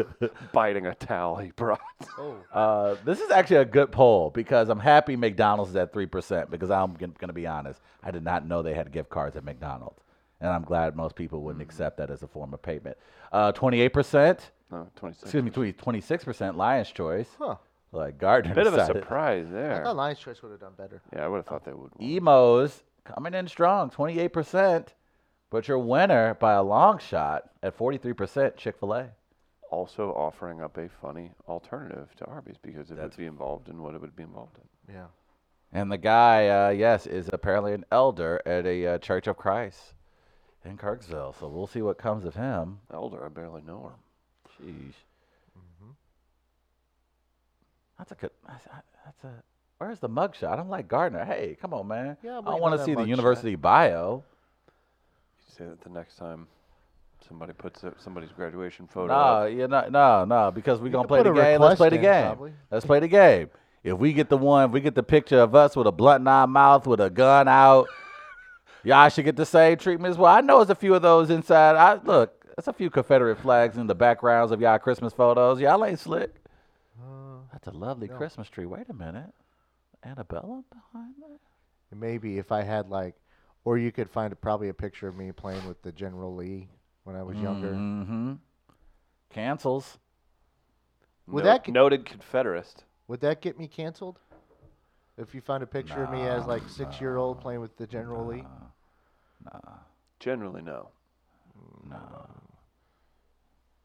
Speaker 2: [LAUGHS] biting a towel he brought.
Speaker 3: oh,
Speaker 1: Uh, this is actually a good poll because I'm happy McDonald's is at three percent because I'm g- gonna be honest, I did not know they had gift cards at McDonald's, and I'm glad most people wouldn't
Speaker 2: Mm.
Speaker 1: accept that as a form of payment. Uh, Twenty-eight percent,
Speaker 2: [LAUGHS] No, 26.
Speaker 1: excuse me, twenty-six percent, Lion's Choice,
Speaker 3: huh.
Speaker 1: like Gardner.
Speaker 2: Bit of a
Speaker 1: decided.
Speaker 2: surprise
Speaker 3: I
Speaker 2: there.
Speaker 3: thought Lion's Choice would have done better.
Speaker 2: Yeah, I would have thought they would. win.
Speaker 1: Emos coming in strong, twenty-eight percent, but your winner by a long shot at forty-three percent, Chick-fil-A.
Speaker 2: Also offering up a funny alternative to Arby's because it
Speaker 1: That's-
Speaker 2: would be involved in what it would be involved in.
Speaker 3: Yeah.
Speaker 1: And the guy, uh, yes, is apparently an elder at a uh, Church of Christ in Kirksville. So we'll see what comes of him.
Speaker 2: Elder, I barely know him.
Speaker 1: Jeez.
Speaker 3: Mm-hmm.
Speaker 1: That's a good. That's a. That's a where's the mugshot? I'm like Gardner. Hey, come on, man.
Speaker 3: Yeah, I'm
Speaker 1: I
Speaker 3: waiting on
Speaker 1: don't want
Speaker 3: that
Speaker 1: to see the
Speaker 3: mugshot.
Speaker 1: university bio.
Speaker 2: You say that the next time somebody puts up somebody's graduation photo.
Speaker 1: No,
Speaker 2: up.
Speaker 1: yeah, no, no, no. Because we're
Speaker 3: You
Speaker 1: gonna
Speaker 3: could
Speaker 1: play
Speaker 3: put
Speaker 1: the
Speaker 3: a
Speaker 1: game. Let's play
Speaker 3: request
Speaker 1: the
Speaker 3: in,
Speaker 1: game.
Speaker 3: probably.
Speaker 1: Let's play the game. If we get the one, if we get the picture of us with a blunt in our mouth, with a gun out, [LAUGHS] y'all should get the same treatment as well. I know there's a few of those inside. I look, that's a few Confederate flags in the backgrounds of y'all Christmas photos. Y'all ain't slick.
Speaker 3: Uh,
Speaker 1: That's a lovely
Speaker 3: No.
Speaker 1: Christmas tree. Wait a minute. Annabella behind that?
Speaker 3: maybe if I had like, or you could find probably a picture of me playing with the General Lee when I was younger.
Speaker 1: Mm-hmm. Cancels.
Speaker 3: Would
Speaker 2: Note-
Speaker 3: that c-
Speaker 2: noted Confederist?
Speaker 3: Would that get me canceled? If you find a picture of me as like six year old playing with the General Lee?
Speaker 2: Generally, no.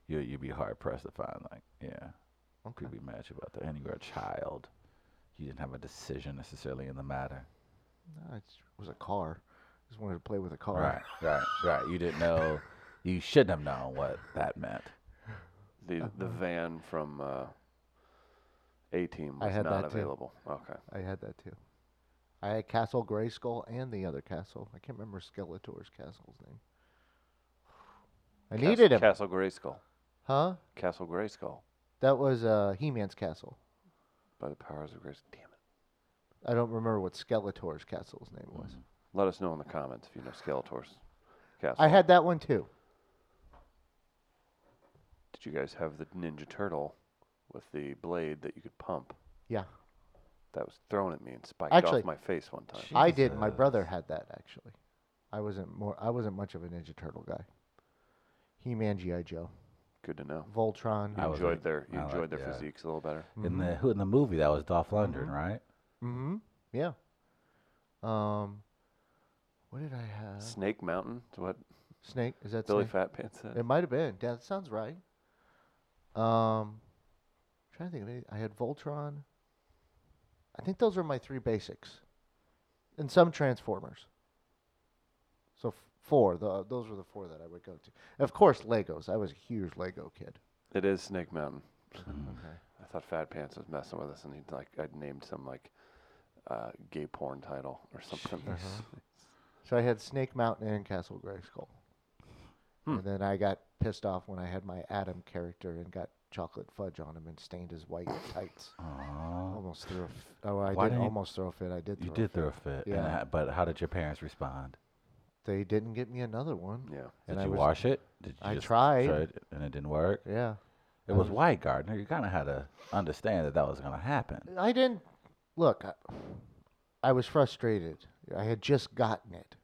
Speaker 1: You you'd be hard pressed to find like, yeah.
Speaker 3: Okay.
Speaker 1: Could be mad at you about that. And you were a child. You didn't have a decision necessarily in the matter.
Speaker 3: No, it was a car. Just wanted to play with a car.
Speaker 1: Right, right, right. You didn't
Speaker 3: [LAUGHS]
Speaker 1: know you shouldn't have known what that meant.
Speaker 3: Uh-huh.
Speaker 2: The the van from uh, A Team
Speaker 3: I
Speaker 2: was
Speaker 3: had
Speaker 2: not
Speaker 3: that too.
Speaker 2: available. Okay.
Speaker 3: I had that too. I had Castle Grayskull and the other castle. I can't remember Skeletor's castle's name. I
Speaker 2: Castle-
Speaker 3: needed him.
Speaker 2: Castle Grayskull.
Speaker 3: Huh?
Speaker 2: Castle Grayskull.
Speaker 3: That was uh, He Man's castle.
Speaker 2: By the powers of grace. Damn it.
Speaker 3: I don't remember what Skeletor's castle's name was.
Speaker 1: Mm.
Speaker 2: Let us know in the comments if you know Skeletor's castle.
Speaker 3: I had that one too.
Speaker 2: Do you guys have the Ninja Turtle with the blade that you could pump?
Speaker 3: Yeah.
Speaker 2: That was thrown at me and spiked
Speaker 3: Actually-
Speaker 2: off my face one time.
Speaker 3: I did. My brother
Speaker 5: Jesus.
Speaker 3: had that actually. I wasn't more. I wasn't much of a Ninja Turtle guy. He Man GI Joe,
Speaker 2: Good to know.
Speaker 3: Voltron.
Speaker 1: I
Speaker 2: You
Speaker 1: was
Speaker 2: enjoyed
Speaker 1: like-
Speaker 2: their you
Speaker 1: I like-
Speaker 2: enjoyed their
Speaker 1: yeah.
Speaker 2: physiques a little better.
Speaker 1: In the who in the movie that was Dolph Lundgren, right?
Speaker 3: Mm-hmm. Yeah. Um. What did I have?
Speaker 2: Snake Mountain is what
Speaker 3: Snake. Is that
Speaker 2: Billy
Speaker 3: Snake?
Speaker 2: Fat Pants said.
Speaker 3: It might have been. Yeah, that sounds right. Um, trying to think of any. I had Voltron. I think those were my three basics, and some Transformers. So f- four. tho- those were the four that I would go to. Of course, Legos. I was a huge Lego kid.
Speaker 2: It is Snake Mountain.
Speaker 3: [LAUGHS] Okay.
Speaker 2: I thought Fat Pants was messing with us, and he'd like I'd named some like uh, gay porn title or something.
Speaker 3: Uh-huh. So I had Snake Mountain and Castle Gray Skull.
Speaker 1: Hmm.
Speaker 3: And then I got pissed off when I had my Adam character and got chocolate fudge on him and stained his white
Speaker 1: [GASPS]
Speaker 3: tights.
Speaker 1: Aw.
Speaker 3: Almost threw a f- oh, I
Speaker 1: Why
Speaker 3: did
Speaker 1: didn't you-
Speaker 3: almost throw a fit. I did.
Speaker 1: You
Speaker 3: throw
Speaker 1: did
Speaker 3: a fit.
Speaker 1: throw a fit. Yeah.
Speaker 3: Yeah.
Speaker 1: but how did your parents respond?
Speaker 3: they didn't get me another one.
Speaker 2: Yeah.
Speaker 1: Did
Speaker 3: And I
Speaker 1: you
Speaker 3: was-
Speaker 1: wash it? Did you
Speaker 3: I
Speaker 1: just
Speaker 3: tried.
Speaker 1: try it and it didn't work?
Speaker 3: Yeah.
Speaker 1: It was white, Gardner. You kind of had to understand that that was going to happen.
Speaker 3: I didn't look. I, I was frustrated. I had just gotten it,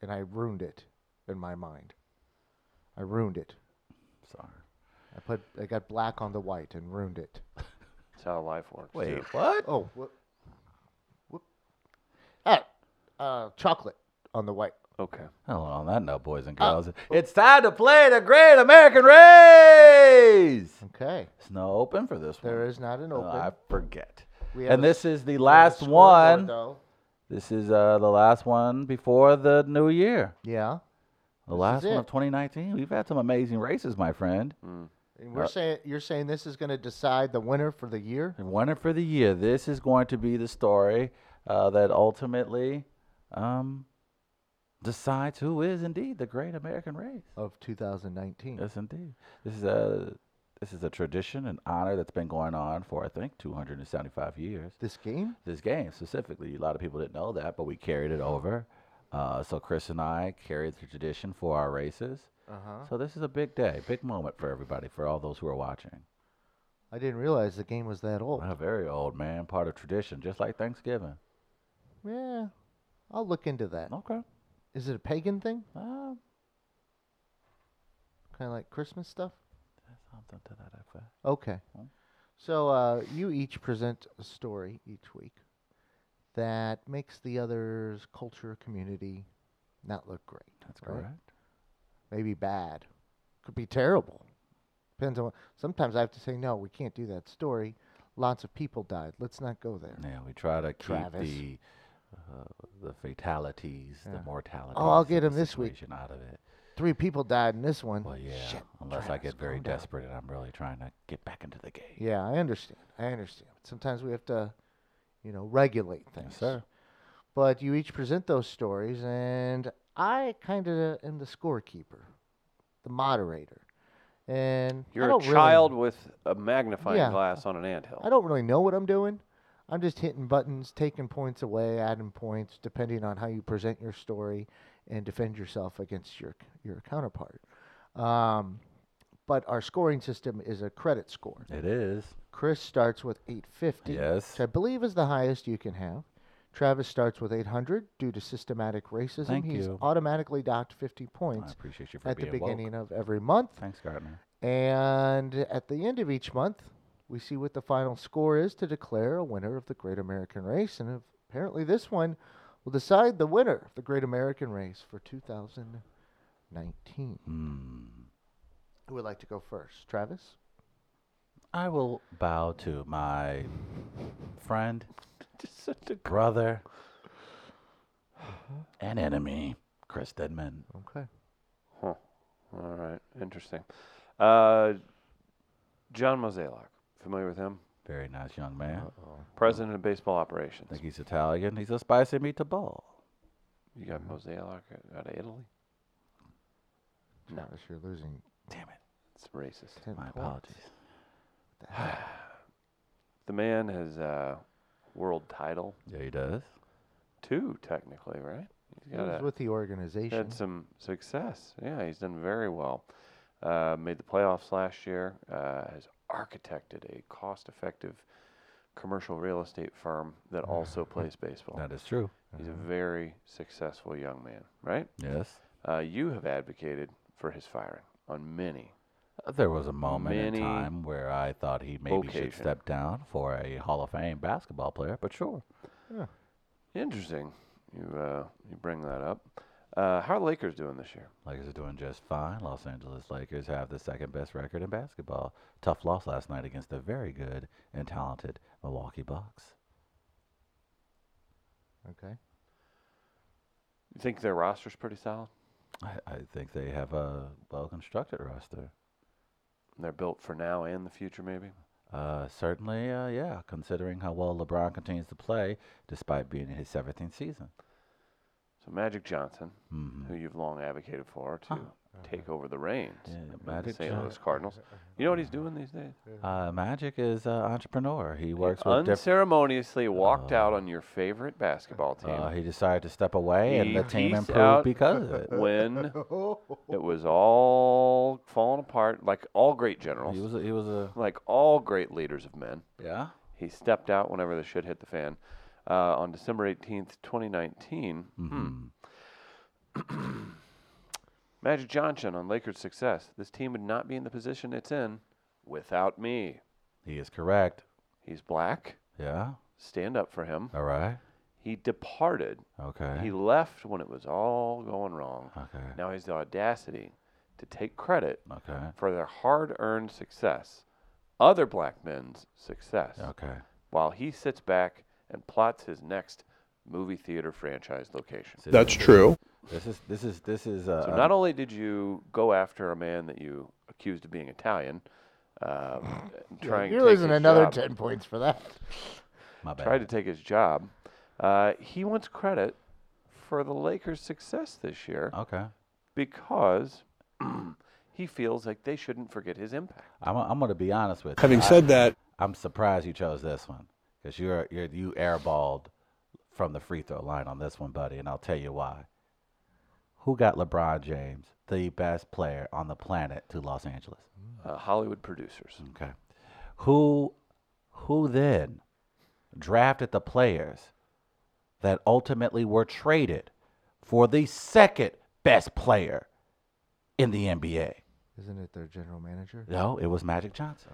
Speaker 3: and I ruined it in my mind. I ruined it.
Speaker 1: Sorry.
Speaker 3: I put I got black on the white and ruined it.
Speaker 2: That's how life works. too.
Speaker 1: Wait, what?
Speaker 3: Oh, whoop. whoop. Ah, uh, chocolate on the white.
Speaker 2: Okay.
Speaker 1: Well, on that note, boys and
Speaker 3: Uh,
Speaker 1: girls, it's time to play the Great American Race.
Speaker 3: Okay,
Speaker 1: It's no open for this one.
Speaker 3: there is not an
Speaker 1: Oh,
Speaker 3: open.
Speaker 1: I forget.
Speaker 3: We have
Speaker 1: And
Speaker 3: a
Speaker 1: this is the
Speaker 3: We have a
Speaker 1: last
Speaker 3: scoreboard,
Speaker 1: one.
Speaker 3: though.
Speaker 1: This is uh, the last one before the new year.
Speaker 3: Yeah,
Speaker 1: The
Speaker 3: This
Speaker 1: last
Speaker 3: is
Speaker 1: one of
Speaker 3: it. Mm.
Speaker 1: 2019. We've had some amazing races, my friend.
Speaker 3: and we're saying you're saying this is going to decide the winner for the year.
Speaker 1: And winner for the year. This is going to be the story uh, that ultimately um, decides who is indeed the Great American Race.
Speaker 3: of 2019.
Speaker 1: Yes, indeed. This is a this is a tradition and honor that's been going on for I think 275 years.
Speaker 3: This game?
Speaker 1: This game specifically, a lot of people didn't know that, but we carried it over. Uh, so Chris and I carried the tradition for our races.
Speaker 3: Uh-huh.
Speaker 1: So this is a big day, big moment for everybody, for all those who are watching.
Speaker 3: I didn't realize the game was that old.
Speaker 1: A very old man, part of tradition, just like Thanksgiving.
Speaker 3: Yeah. I'll look into that.
Speaker 1: Okay.
Speaker 3: Is it a pagan thing?
Speaker 1: Uh,
Speaker 3: Kind of like Christmas stuff?
Speaker 1: something to that effect.
Speaker 3: Okay.
Speaker 1: Hmm.
Speaker 3: So uh, you each present a story each week that makes the other's culture, community not look great.
Speaker 1: That's
Speaker 3: right?
Speaker 1: correct.
Speaker 3: Maybe bad. Could be terrible. Depends on. Sometimes I have to say, no, we can't do that story. Lots of people died. Let's not go there.
Speaker 1: Yeah, we try to keep
Speaker 3: Travis.
Speaker 1: the uh, the fatalities,
Speaker 3: Yeah. Oh,
Speaker 1: the mortalities.
Speaker 3: I'll
Speaker 1: of
Speaker 3: get
Speaker 1: the
Speaker 3: 'em this week.
Speaker 1: situation Out of it.
Speaker 3: Three people died in this one.
Speaker 1: Well, yeah.
Speaker 3: Shit,
Speaker 1: unless I
Speaker 3: Travis,
Speaker 1: get very
Speaker 3: calm down.
Speaker 1: desperate and I'm really trying to get back into the game.
Speaker 3: Yeah, I understand. I understand. Sometimes we have to, you know, regulate things.
Speaker 1: sir.
Speaker 3: But you each present those stories, and I kind of am the scorekeeper, the moderator, and I
Speaker 2: You're a
Speaker 3: don't really-
Speaker 2: child with a magnifying
Speaker 3: Yeah.
Speaker 2: glass on an anthill.
Speaker 3: I don't really know what I'm doing. I'm just hitting buttons, taking points away, adding points, depending on how you present your story and defend yourself against your your counterpart. Um, but our scoring system is a credit score.
Speaker 1: It is.
Speaker 3: Chris starts with 850,
Speaker 1: Yes.
Speaker 3: which I believe is the highest you can have. Travis starts with 800 due to systematic racism.
Speaker 1: Thank
Speaker 3: He's
Speaker 1: you.
Speaker 3: automatically docked 50
Speaker 1: I
Speaker 3: points
Speaker 1: appreciate you for
Speaker 3: at the
Speaker 1: being
Speaker 3: beginning
Speaker 1: Woke.
Speaker 3: of every month.
Speaker 1: Thanks, Gardner.
Speaker 3: And at the end of each month, we see what the final score is to declare a winner of the Great American Race. And apparently, this one will decide the winner of the Great American Race for 2019.
Speaker 1: Hmm.
Speaker 3: Who would like to go first? Travis?
Speaker 1: I will bow to my friend,
Speaker 2: Just such a-
Speaker 1: brother, and enemy, Chris Deadman.
Speaker 3: Okay.
Speaker 2: Huh. All right. Interesting. Uh, John Mozeliak. Familiar with him?
Speaker 1: Very nice young man.
Speaker 2: President of baseball
Speaker 1: I think
Speaker 2: operations.
Speaker 1: he's Italian. He's a spicy meatball.
Speaker 2: You got Mozeliak out of Italy?
Speaker 3: Travis, you're losing
Speaker 1: Damn it.
Speaker 2: It's racist.
Speaker 3: 10
Speaker 1: My
Speaker 3: points.
Speaker 1: apologies.
Speaker 2: The man has a world title,
Speaker 1: Yeah, he does.
Speaker 2: too, technically, right? He's
Speaker 3: He
Speaker 2: got
Speaker 3: was
Speaker 2: a,
Speaker 3: with the organization.
Speaker 2: had some success. Yeah, he's done very well. uh, made the playoffs last year, uh, has architected a cost effective commercial real estate firm that also plays baseball.
Speaker 1: That is true.
Speaker 2: He's a very successful young man, right?
Speaker 1: Yes.
Speaker 2: Uh, you have advocated for his firing on many.
Speaker 1: There was a moment
Speaker 2: Many
Speaker 1: in time where I thought he maybe
Speaker 2: occasion.
Speaker 1: should step down for a Hall of Fame basketball player, but sure.
Speaker 2: Interesting. You uh, you bring that up. Uh, how are the Lakers doing this year?
Speaker 1: Lakers are doing just fine. Los Angeles Lakers have the second best record in basketball. Tough loss last night against the very good and talented Milwaukee Bucks.
Speaker 3: Okay.
Speaker 2: You think their roster's pretty solid?
Speaker 1: I, I think they have a well constructed roster.
Speaker 2: They're built for now and the future, maybe.
Speaker 1: Uh, certainly, uh, yeah, considering how well LeBron continues to play despite being in his 17th season.
Speaker 2: So Magic Johnson,
Speaker 1: hmm
Speaker 2: who you've long advocated for to take over the reins
Speaker 1: Yeah,
Speaker 2: of the
Speaker 1: Magic
Speaker 2: St. Louis
Speaker 1: Johnson.
Speaker 2: Cardinals, you know what he's doing these days?
Speaker 1: Uh, Magic is an entrepreneur. He works with different.
Speaker 2: Unceremoniously walked
Speaker 1: Oh.
Speaker 2: out on your favorite basketball team
Speaker 1: Uh, he decided to step away, and the
Speaker 2: He
Speaker 1: team
Speaker 2: peaced
Speaker 1: improved
Speaker 2: out.
Speaker 1: because
Speaker 2: [LAUGHS]
Speaker 1: of it. [LAUGHS]
Speaker 2: when
Speaker 3: Oh.
Speaker 2: it was all falling apart, like all great generals,
Speaker 1: He was a, he was a
Speaker 2: like all great leaders of men.
Speaker 1: yeah.
Speaker 2: He stepped out whenever the shit hit the fan. Uh, on December 18th, 2019,
Speaker 1: hmm Mm-hmm.
Speaker 2: [CLEARS THROAT] Magic Johnson on Lakers' success. This team would not be in the position it's in without me.
Speaker 1: He is correct.
Speaker 2: He's black.
Speaker 1: Yeah.
Speaker 2: Stand up for him.
Speaker 1: All right.
Speaker 2: He departed.
Speaker 1: Okay.
Speaker 2: He left when it was all going wrong.
Speaker 1: okay.
Speaker 2: Now he has the audacity to take credit
Speaker 1: Okay.
Speaker 2: for their hard earned success, other black men's success,
Speaker 1: Okay.
Speaker 2: while he sits back and plots his next movie theater franchise location.
Speaker 1: See, That's true. This is this is this is uh,
Speaker 2: So not only did you go after a man that you accused of being Italian,
Speaker 3: [LAUGHS]
Speaker 2: um, trying
Speaker 3: You're
Speaker 2: to take
Speaker 3: losing
Speaker 2: his
Speaker 3: another
Speaker 2: job,
Speaker 3: 10 points for that.
Speaker 1: my bad.
Speaker 2: tried to take his job. Uh, he wants credit for the Lakers' success this year
Speaker 1: Okay.
Speaker 2: because [CLEARS THROAT] he feels like they shouldn't forget his impact.
Speaker 1: I'm I'm gonna be honest with you.
Speaker 5: Having said that,
Speaker 1: I'm surprised you chose this one because you're you're you airballed from the free throw line on this one, buddy, and I'll tell you why. Who got LeBron James, the best player on the planet, to Los Angeles?
Speaker 2: Uh, Hollywood producers.
Speaker 1: Okay. Who who then drafted the players that ultimately were traded for the second best player in the NBA?
Speaker 3: Isn't it their general manager?
Speaker 1: No, it was Magic Johnson.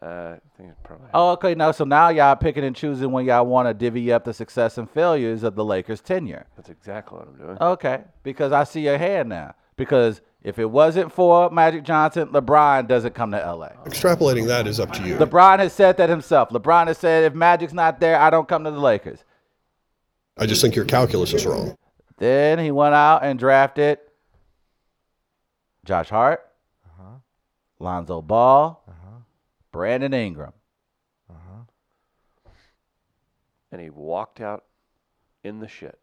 Speaker 2: Uh, I think it probably.
Speaker 1: Oh, okay. Now, so now y'all picking and choosing when y'all want to divvy up the success and failures of the Lakers' tenure.
Speaker 2: That's exactly what I'm doing.
Speaker 1: Okay, because I see your hand now. Because if it wasn't for Magic Johnson, LeBron doesn't come to LA.
Speaker 5: extrapolating that is up to you.
Speaker 1: LeBron has said that himself. LeBron has said, if Magic's not there, I don't come to the Lakers.
Speaker 5: I just think your calculus is wrong.
Speaker 1: Then he went out and drafted Josh Hart,
Speaker 3: Uh-huh.
Speaker 1: Lonzo Ball,
Speaker 3: Uh-huh.
Speaker 1: Brandon Ingram.
Speaker 3: Uh-huh.
Speaker 2: And he walked out in the shit.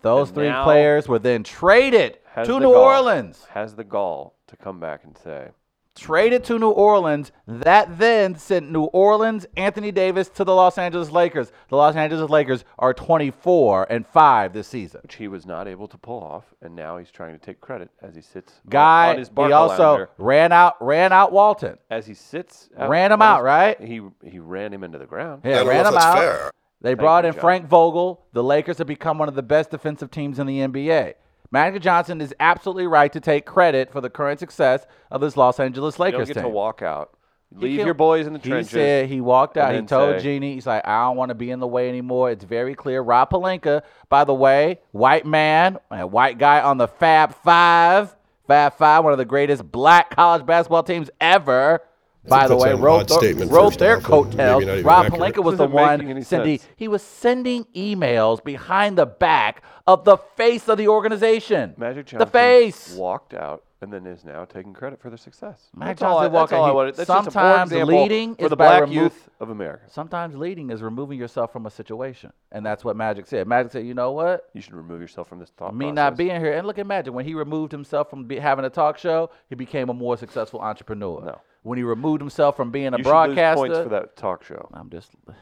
Speaker 1: Those
Speaker 2: And
Speaker 1: three
Speaker 2: now
Speaker 1: players were then traded to
Speaker 2: Has
Speaker 1: New
Speaker 2: the gall-
Speaker 1: Orleans.
Speaker 2: Has the gall to come back and say,
Speaker 1: traded to New Orleans. That then sent New Orleans Anthony Davis to the Los Angeles Lakers. The Los Angeles Lakers are 24 and 5 this season.
Speaker 2: which he was not able to pull off, and now he's trying to take credit as he sits on-
Speaker 1: Guy,
Speaker 2: on his bar
Speaker 1: he also
Speaker 2: lounger,
Speaker 1: ran out ran out Walton.
Speaker 2: as he sits
Speaker 1: ran him
Speaker 2: on
Speaker 1: out,
Speaker 2: his-
Speaker 1: right?
Speaker 2: He he ran him into the ground.
Speaker 1: Yeah,
Speaker 5: I don't know
Speaker 1: ran
Speaker 5: if
Speaker 1: him
Speaker 5: that's
Speaker 1: out.
Speaker 5: fair.
Speaker 1: They brought
Speaker 2: you,
Speaker 1: in
Speaker 2: John.
Speaker 1: Frank Vogel. The Lakers have become one of the best defensive teams in the NBA. Magic Johnson is absolutely right to take credit for the current success of this Los Angeles
Speaker 2: You don't
Speaker 1: Lakers
Speaker 2: get
Speaker 1: team.
Speaker 2: to walk out.
Speaker 1: He
Speaker 2: Leave
Speaker 1: killed-
Speaker 2: your boys in the trenches.
Speaker 1: He said he walked out.
Speaker 2: and
Speaker 1: He
Speaker 2: then
Speaker 1: told
Speaker 2: say-
Speaker 1: Jeannie, he's like, I don't want to be in the way anymore. It's very clear. Rob Palenka, by the way, white man, a white guy on the Fab Five, Fab Five, one of the greatest black college basketball teams ever. By the
Speaker 5: that's
Speaker 1: way,
Speaker 5: an
Speaker 1: wrote,
Speaker 5: odd
Speaker 1: th-
Speaker 5: statement,
Speaker 1: wrote
Speaker 5: first
Speaker 1: their
Speaker 5: off, and
Speaker 1: coattails.
Speaker 5: maybe not even
Speaker 1: Rob
Speaker 5: accurate.
Speaker 1: Palenka was the
Speaker 2: Doesn't make
Speaker 1: one.
Speaker 2: any
Speaker 1: Cindy,
Speaker 2: sense.
Speaker 1: he was sending emails behind the back of the face of the organization.
Speaker 2: Magic
Speaker 1: the
Speaker 2: Johnson
Speaker 1: face.
Speaker 2: walked out and then is now taking credit for their success.
Speaker 1: Magic
Speaker 2: that's all I,
Speaker 1: Johnson
Speaker 2: that's
Speaker 1: walking,
Speaker 2: all I
Speaker 1: he-
Speaker 2: wanted. That's just a poor
Speaker 1: sometimes
Speaker 2: example
Speaker 1: leading
Speaker 2: for
Speaker 1: is
Speaker 2: the
Speaker 1: by
Speaker 2: black
Speaker 1: remo-
Speaker 2: youth of America.
Speaker 1: Sometimes leading is removing yourself from a situation. And that's what Magic said. Magic said, you know what?
Speaker 2: You should remove yourself from this thought
Speaker 1: Me
Speaker 2: process.
Speaker 1: not being here. And look at Magic. When he removed himself from be, having a talk show, he became a more successful entrepreneur.
Speaker 2: No.
Speaker 1: When he removed himself from being a
Speaker 2: you
Speaker 1: broadcaster.
Speaker 2: Should lose points for that talk show.
Speaker 1: I'm just.
Speaker 3: Well,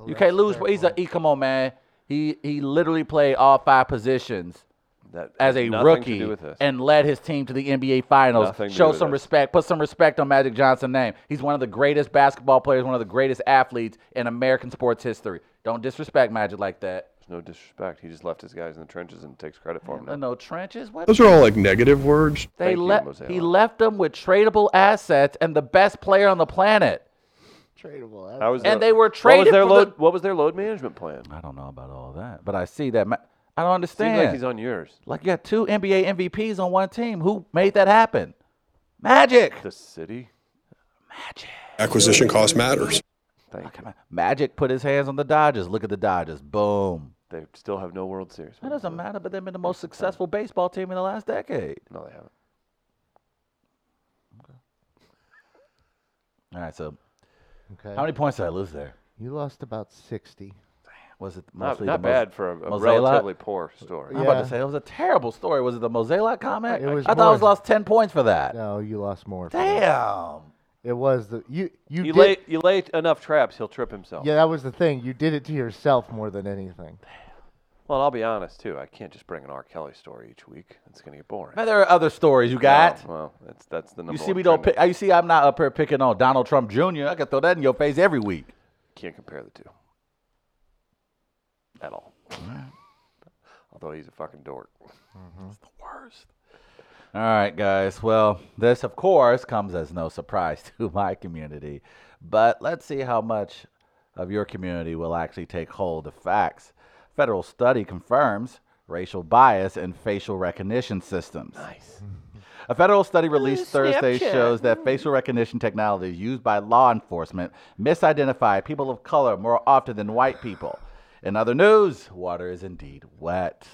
Speaker 1: you
Speaker 3: that's
Speaker 1: can't lose.
Speaker 3: fair
Speaker 1: He's a.
Speaker 3: point.
Speaker 1: He, come on, man. He he literally played all five positions
Speaker 2: That
Speaker 1: as
Speaker 2: has
Speaker 1: a
Speaker 2: nothing to
Speaker 1: rookie
Speaker 2: do with this.
Speaker 1: and led his team to the NBA Finals.
Speaker 2: Nothing to do
Speaker 1: Show
Speaker 2: with
Speaker 1: some
Speaker 2: this.
Speaker 1: respect. Put some respect on Magic Johnson's name. He's one of the greatest basketball players, one of the greatest athletes in American sports history. Don't disrespect Magic like that.
Speaker 2: There's no disrespect. He just left his guys in the trenches and takes credit for them.
Speaker 1: No,
Speaker 2: Now.
Speaker 1: no trenches. What?
Speaker 5: Those are all like negative words.
Speaker 1: They
Speaker 2: Thank you,
Speaker 1: left.
Speaker 2: Mosaic.
Speaker 1: He left them with tradable assets and the best player on the planet.
Speaker 3: Tradable.
Speaker 2: How was
Speaker 1: And
Speaker 2: the-
Speaker 1: they were
Speaker 2: What
Speaker 1: traded
Speaker 2: was their
Speaker 1: for the-
Speaker 2: load? What was their load management plan?
Speaker 1: I don't know about all that, but I see that. Ma- I don't
Speaker 2: Seems
Speaker 1: understand.
Speaker 2: like he's on yours.
Speaker 1: Like, you got two NBA MVPs on one team. Who made that happen? Magic.
Speaker 2: The city.
Speaker 5: Acquisition cost matters.
Speaker 2: Thank you.
Speaker 1: Magic put his hands on the Dodgers. Look at the Dodgers. Boom.
Speaker 2: They still have no World Series.
Speaker 1: That doesn't matter, but they've been the most successful baseball team in the last decade.
Speaker 2: No, they haven't.
Speaker 1: All right, so
Speaker 3: Okay.
Speaker 1: how many points did I lose there?
Speaker 3: you lost about sixty.
Speaker 1: Was it
Speaker 2: Not,
Speaker 1: mostly
Speaker 2: not
Speaker 1: the
Speaker 2: bad
Speaker 1: Mos-
Speaker 2: for a, a
Speaker 1: Mosaic?
Speaker 2: relatively poor story.
Speaker 1: I'm about
Speaker 3: Yeah.
Speaker 1: to say it was a terrible story. Was it the Mosaic comment?
Speaker 3: It was
Speaker 1: I thought I was
Speaker 3: more-
Speaker 1: lost ten points for that.
Speaker 3: No, you lost more. for that.
Speaker 1: Damn.
Speaker 3: It was the you. You
Speaker 2: You
Speaker 3: did.
Speaker 2: lay, you lay enough traps, he'll trip himself.
Speaker 3: Yeah, that was the thing. You did it to yourself more than anything.
Speaker 2: Well, I'll be honest too. I can't just bring an R. Kelly story each week. It's gonna get boring.
Speaker 1: Man, there are other stories you
Speaker 2: Well,
Speaker 1: got.
Speaker 2: well, that's that's the number.
Speaker 1: you see,
Speaker 2: one
Speaker 1: we don't.
Speaker 2: trend.
Speaker 1: Pick, you see, I'm not up here picking on Donald Trump Jr. I can throw that in your face every week.
Speaker 2: Can't compare the two at all. Although he's a fucking dork.
Speaker 1: Worst. All right, guys. Well, this, of course, comes as no surprise [LAUGHS] to my community, but let's see how much of your community will actually take hold of facts. Federal study confirms racial bias in facial recognition systems. Nice. [LAUGHS] A federal study released Thursday shows
Speaker 3: Hmm.
Speaker 1: that facial recognition technology used by law enforcement misidentify people of color more often than white people. In other news, water is indeed wet.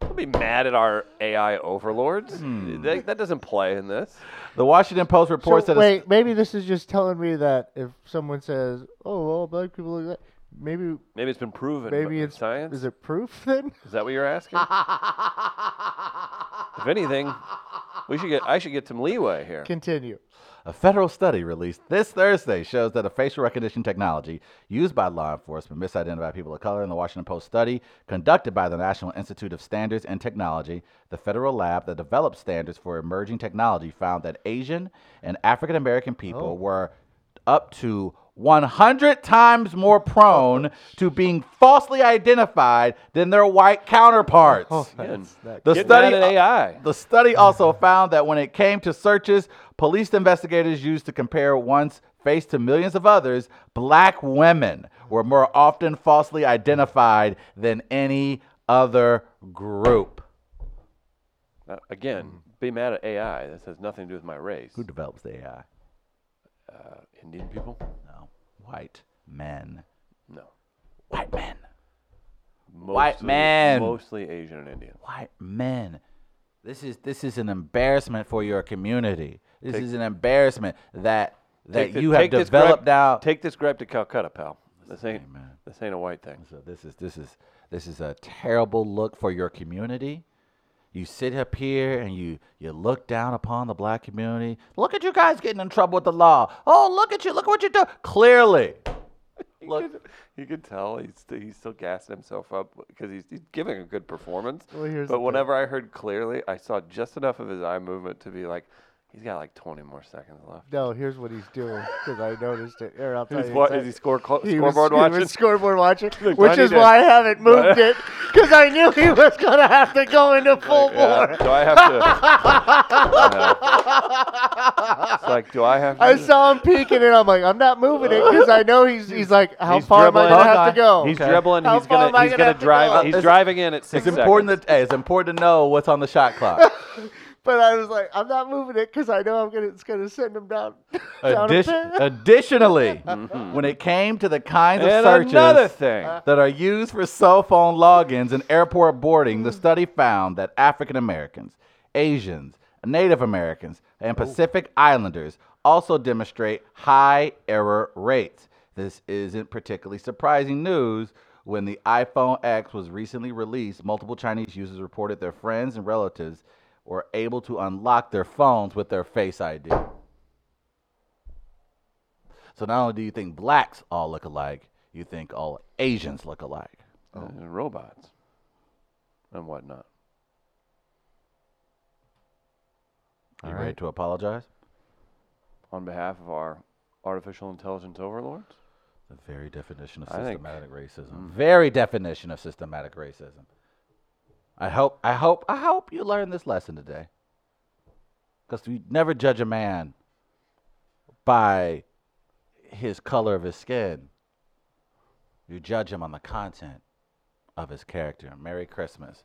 Speaker 2: Don't be mad at our AI overlords.
Speaker 1: Hmm.
Speaker 2: That, that doesn't play in this.
Speaker 1: The Washington Post reports
Speaker 3: So,
Speaker 1: that a
Speaker 3: wait, maybe this is just telling me that if someone says, "Oh, all black people look like," maybe
Speaker 2: Maybe it's been proven. but
Speaker 3: maybe
Speaker 2: in
Speaker 3: it's
Speaker 2: science.
Speaker 3: Is it proof then? [LAUGHS]
Speaker 2: Is that what you're asking? if anything, we should get. I should get some leeway here.
Speaker 3: Continue.
Speaker 1: A federal study released this Thursday shows that a facial recognition technology used by law enforcement misidentified people of color in the Washington Post study conducted by the National Institute of Standards and Technology, the federal lab that developed standards for emerging technology, found that Asian and African American people were up to 100 times more prone to being falsely identified than their white counterparts.
Speaker 2: Again,
Speaker 3: that-
Speaker 1: The
Speaker 2: get
Speaker 1: study
Speaker 2: mad at AI.
Speaker 1: The study also found that when it came to searches, police investigators used to compare one's face to millions of others, black women were more often falsely identified than any other group.
Speaker 2: Uh, again, be mad at AI. This has nothing to do with my race.
Speaker 1: Who develops the AI?
Speaker 2: Uh, Indian people?
Speaker 1: No. White men.
Speaker 2: No.
Speaker 1: White men.
Speaker 2: Mostly,
Speaker 1: man.
Speaker 2: Mostly Asian and Indian.
Speaker 1: White men. This is this is an embarrassment for your community. This is an embarrassment that that
Speaker 2: Take thi-
Speaker 1: you have
Speaker 2: take this
Speaker 1: developed
Speaker 2: gripe-
Speaker 1: now.
Speaker 2: Take this grab to Calcutta, pal. This ain't this ain't a white thing.
Speaker 1: So this is this is this is a terrible look for your community. You sit up here and you you look down upon the black community. Look at you guys getting in trouble with the law. Oh, look at you! Look what you do. Clearly,
Speaker 2: You could, you could tell he's st- he's still gassing himself up because he's, he's giving a good performance.
Speaker 3: Well, here's the
Speaker 2: but
Speaker 3: thing.
Speaker 2: whenever I heard clearly, I saw just enough of his eye movement to be like, he's got like 20 more seconds left.
Speaker 3: No, here's what he's doing because I noticed it. Here, I'll tell
Speaker 2: He's
Speaker 3: you.
Speaker 2: wa-
Speaker 3: exactly.
Speaker 2: is he score clo-
Speaker 3: He was-
Speaker 2: scoreboard
Speaker 3: he was
Speaker 2: watching?
Speaker 3: scoreboard watching, which
Speaker 2: Johnny
Speaker 3: is
Speaker 2: did.
Speaker 3: why
Speaker 2: [LAUGHS]
Speaker 3: I haven't moved it because I knew he was gonna have to go
Speaker 2: Oh
Speaker 3: into full
Speaker 2: Yeah,
Speaker 3: bore.
Speaker 2: do I have to?
Speaker 3: [LAUGHS]
Speaker 2: Yeah. It's like, do I have? To
Speaker 3: I saw him peeking, and I'm like, I'm not moving it because I know he's he's like, how
Speaker 2: He's
Speaker 3: far am I
Speaker 2: dribbling.
Speaker 3: gonna have to go?
Speaker 2: He's
Speaker 1: Okay.
Speaker 2: dribbling.
Speaker 3: How
Speaker 2: He's
Speaker 3: far am
Speaker 2: gonna.
Speaker 3: I
Speaker 2: He's
Speaker 3: gonna
Speaker 2: gonna
Speaker 3: have to
Speaker 2: drive.
Speaker 3: go?
Speaker 2: He's
Speaker 1: It's-
Speaker 2: driving in at six
Speaker 1: it's important
Speaker 2: seconds.
Speaker 1: that hey, it's important to know what's on the shot clock.
Speaker 3: But I was like, I'm not moving it because I know I'm gonna it's gonna send him down. [LAUGHS] down
Speaker 1: Addi-
Speaker 3: a pit.
Speaker 1: additionally, when it came to the kinds of
Speaker 2: Mm-hmm. And
Speaker 1: searches
Speaker 2: another thing.
Speaker 1: that are used for cell phone logins and airport boarding, the study found that African Americans, Asians, Native Americans, and Pacific Islanders also demonstrate high error rates. This isn't particularly surprising news. When the iPhone X was recently released, multiple Chinese users reported their friends and relatives were able to unlock their phones with their Face ID. So not only do you think blacks all look alike, you think all Asians look alike.
Speaker 2: And robots and Oh, whatnot.
Speaker 1: You
Speaker 3: All
Speaker 1: ready
Speaker 3: right.
Speaker 1: to apologize?
Speaker 2: on behalf of our artificial intelligence overlords?
Speaker 1: The very definition of
Speaker 2: I think- Mm.
Speaker 1: systematic racism. Very definition of systematic racism. I hope, I hope, I hope you learned this lesson today. Because we never judge a man by his color of his skin. You judge him on the content of his character. Merry Christmas.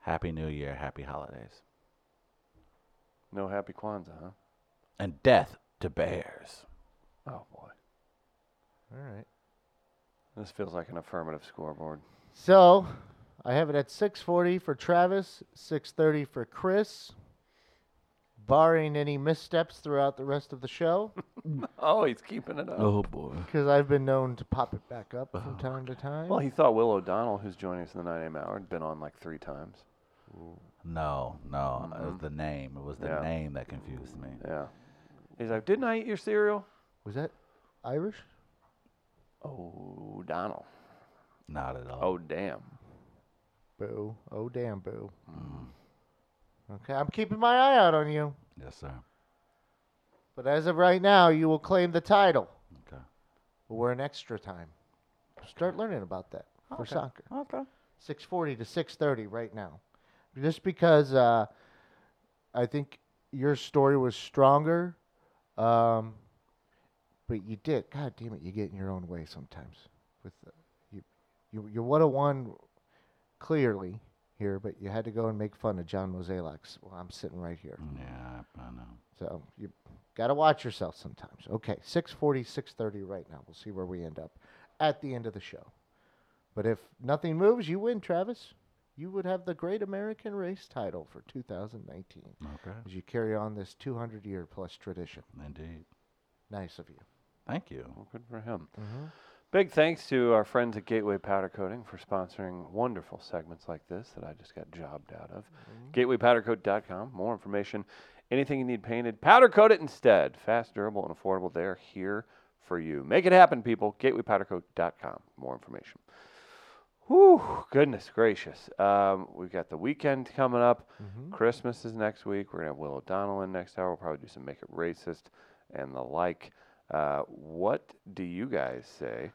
Speaker 1: Happy New Year. Happy holidays.
Speaker 2: No happy Kwanzaa, huh?
Speaker 1: And death to bears.
Speaker 2: Oh boy,
Speaker 3: All right.
Speaker 2: this feels like an affirmative scoreboard.
Speaker 3: So, I have it at 6:40 for Travis, 6:30 for Chris. Barring any missteps throughout the rest of the show,
Speaker 2: Oh, he's keeping it up.
Speaker 1: boy.
Speaker 3: because I've been known to pop it back up
Speaker 2: Oh
Speaker 3: from time to time.
Speaker 2: Well, he thought Will O'Donnell, who's joining us in the 9 a.m. hour, had been on like three times.
Speaker 1: No, no. uh, It was the name. It was the
Speaker 2: Yeah.
Speaker 1: name that confused me.
Speaker 2: Yeah. He's like, didn't I eat your cereal?
Speaker 3: Was that Irish?
Speaker 2: O'Donnell.
Speaker 1: Not at all.
Speaker 2: Oh, damn.
Speaker 3: Boo! Oh damn, boo! Okay, I'm keeping my eye out on you.
Speaker 1: Yes, sir.
Speaker 3: But as of right now, you will claim the title.
Speaker 1: Okay.
Speaker 3: But we're in extra time. Start learning about that for soccer.
Speaker 1: Okay.
Speaker 3: 6:40 to 6:30 right now, just because uh, I think your story was stronger. Um, but you did. God damn it, you get in your own way sometimes. With uh, you, you, you would have won clearly here, but you had to go and make fun of John Moselak's. Well, I'm sitting right here.
Speaker 1: Mm, Yeah, I- I know.
Speaker 3: So you got to watch yourself sometimes. Okay, 640, 630 right now. We'll see where we end up at the end of the show. But if nothing moves, you win, Travis. You would have the Great American Race title for 2019
Speaker 1: Okay.
Speaker 3: as you carry on this 200 year plus tradition.
Speaker 1: Indeed.
Speaker 3: Nice of you.
Speaker 1: Thank you.
Speaker 2: Well, Oh, good for him. Big thanks to our friends at Gateway Powder Coating for sponsoring wonderful segments like this that I just got jobbed out of. GatewayPowderCoat.com. More information. Anything you need painted, powder coat it instead. Fast, durable, and affordable. They're here for you. Make it happen, people. GatewayPowderCoat.com. More information. Whew, goodness gracious. Um, we've got the weekend coming up. Christmas is next week. We're going to have Will O'Donnell in next hour. We'll probably do some Make It Racist and the like. Uh, what do you guys say?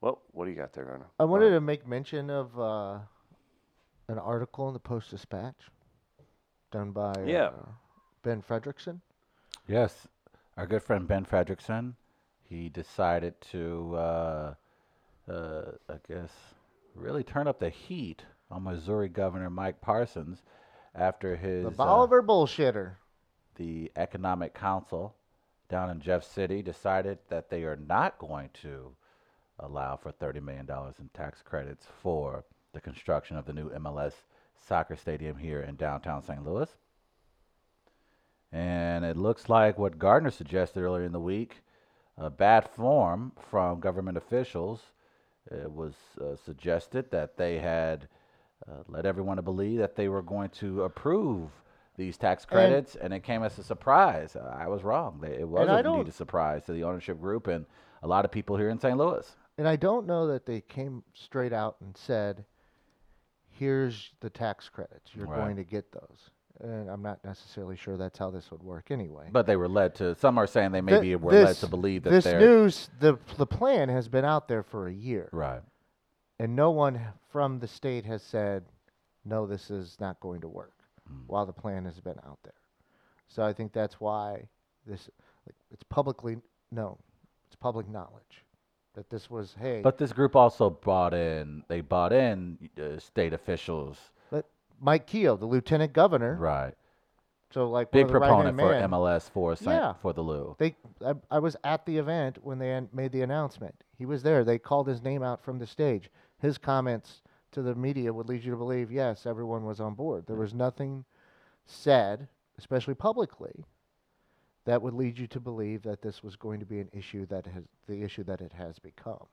Speaker 2: Well, what do you got there, Garner?
Speaker 3: I wanted to make mention of uh, an article in the Post Dispatch done by
Speaker 2: Yeah.
Speaker 3: uh, Ben Fredrickson.
Speaker 1: Yes, our good friend Ben Fredrickson, he decided to, uh, uh, I guess, really turn up the heat on Missouri Governor Mike Parsons after his
Speaker 3: The
Speaker 1: uh,
Speaker 3: Bolivar Bullshitter.
Speaker 1: the Economic Council down in Jeff City decided that they are not going to allow for $30 million in tax credits for the construction of the new MLS soccer stadium here in downtown St. Louis. And it looks like what Gardner suggested earlier in the week uh, bad form from government officials. It was uh, suggested that they had uh, led everyone to believe that they were going to approve these tax credits, and, it came as a surprise. Uh, I was wrong. They, it was
Speaker 3: I
Speaker 1: indeed
Speaker 3: don't-
Speaker 1: a surprise to the ownership group and a lot of people here in St. Louis.
Speaker 3: And I don't know that they came straight out and said, here's the tax credits. You're
Speaker 1: Right.
Speaker 3: going to get those. And I'm not necessarily sure that's how this would work anyway.
Speaker 1: But they were led to. Some are saying they maybe
Speaker 3: Thi-
Speaker 1: were led
Speaker 3: this-
Speaker 1: to believe that
Speaker 3: this
Speaker 1: they're
Speaker 3: news, the, the plan has been out there for a year.
Speaker 1: right.
Speaker 3: And no one from the state has said, no, this is not going to work
Speaker 1: Hmm.
Speaker 3: while the plan has been out there. So I think that's why this, like, it's publicly known, it's public knowledge that this was, hey,
Speaker 1: But this group also bought in. They bought in uh, state officials,
Speaker 3: let- Mike Keogh, the lieutenant governor,
Speaker 1: right?
Speaker 3: So like
Speaker 1: Big
Speaker 3: one of the right-hand
Speaker 1: proponent for
Speaker 3: man,
Speaker 1: MLS for Saint,
Speaker 3: Yeah.
Speaker 1: for the Lou.
Speaker 3: They, I, I was at the event when they an- made the announcement. He was there. They called his name out from the stage. His comments to the media would lead you to believe yes, everyone was on board. There was nothing said, especially publicly, that would lead you to believe that this was going to be an issue that has the issue that it has become.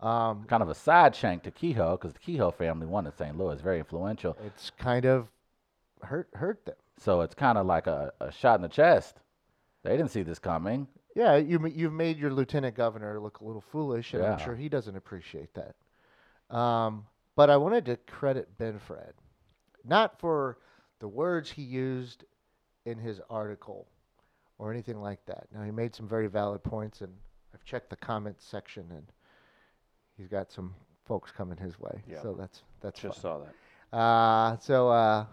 Speaker 3: Um,
Speaker 1: Kind of a side shank to Kehoe because the Kehoe family won in St. Louis, very influential.
Speaker 3: it's kind of hurt hurt them.
Speaker 1: So it's kind of like a, a shot in the chest. They didn't see this coming.
Speaker 3: Yeah, you ma- you've made your lieutenant governor look a little foolish, and I'm
Speaker 1: Yeah.
Speaker 3: sure he doesn't appreciate that. Um, but I wanted to credit Ben Fred, not for the words he used in his article or anything like that. Now, he made some very valid points, and I've checked the comments section, and he's got some folks coming his way.
Speaker 2: Yeah.
Speaker 3: So that's that's
Speaker 2: Just
Speaker 3: fun.
Speaker 2: saw that.
Speaker 3: Uh, so uh,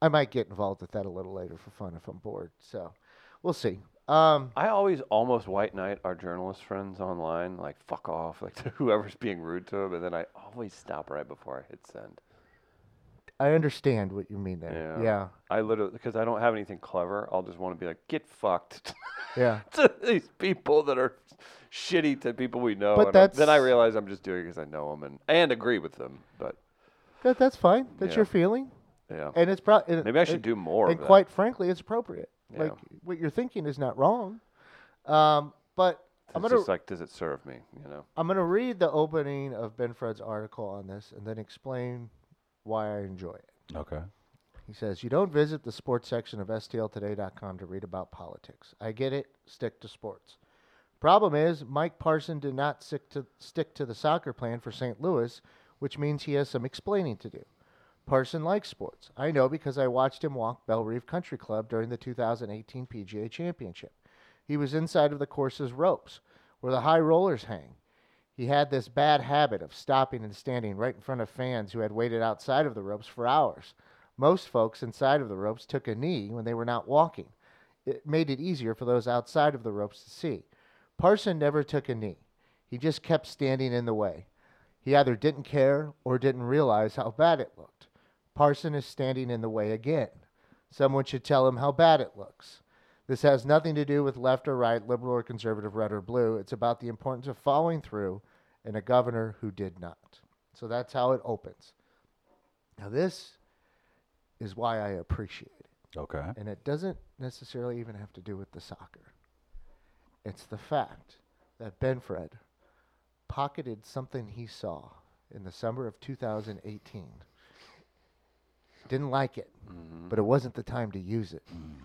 Speaker 3: I might get involved with that a little later for fun if I'm bored. So we'll see. Um,
Speaker 2: I always almost white knight our journalist friends online, like fuck off, [LAUGHS] like to whoever's being rude to them, and then I always stop right before I hit send.
Speaker 3: I understand what you mean there.
Speaker 2: Yeah.
Speaker 3: Yeah.
Speaker 2: I literally because I don't have anything clever. I'll just want to be like, get fucked [LAUGHS]
Speaker 3: Yeah.
Speaker 2: to these people that are shitty to people we know.
Speaker 3: But
Speaker 2: and I- then I
Speaker 3: that's-
Speaker 2: realize I'm just doing it because I know them and and agree with them. But
Speaker 3: That, that's fine. That's
Speaker 2: Yeah.
Speaker 3: your feeling,
Speaker 2: yeah,
Speaker 3: and it's probably
Speaker 2: maybe I should do more.
Speaker 3: And
Speaker 2: of that.
Speaker 3: quite frankly, it's appropriate.
Speaker 2: Yeah.
Speaker 3: Like what you're thinking is not wrong. Um, but I'm
Speaker 2: It's
Speaker 3: gonna
Speaker 2: just like, does it serve me? You know.
Speaker 3: I'm gonna read the opening of Ben Fred's article on this, and then explain why I enjoy it.
Speaker 1: Okay.
Speaker 3: He says, You don't visit the sports section of STLtoday.com to read about politics. I get it. Stick to sports. Problem is, Mike Parson did not stick to, stick to the soccer plan for St. Louis, which means he has some explaining to do. Parson likes sports. I know because I watched him walk Belle Reeve Country Club during the 2018 PGA Championship. He was inside of the course's ropes, where the high rollers hang. He had this bad habit of stopping and standing right in front of fans who had waited outside of the ropes for hours. Most folks inside of the ropes took a knee when they were not walking. It made it easier for those outside of the ropes to see. Parson never took a knee. He just kept standing in the way. He either didn't care or didn't realize how bad it looked. Parson is standing in the way again. Someone should tell him how bad it looks. This has nothing to do with left or right, liberal or conservative, red or blue. It's about the importance of following through and a governor who did not. So that's how it opens. Now, this is why I appreciate it
Speaker 1: Okay.
Speaker 3: and it doesn't necessarily even have to do with the soccer. It's the fact that Benfred pocketed something he saw in the summer of 2018. Didn't like it, but it wasn't the time to use it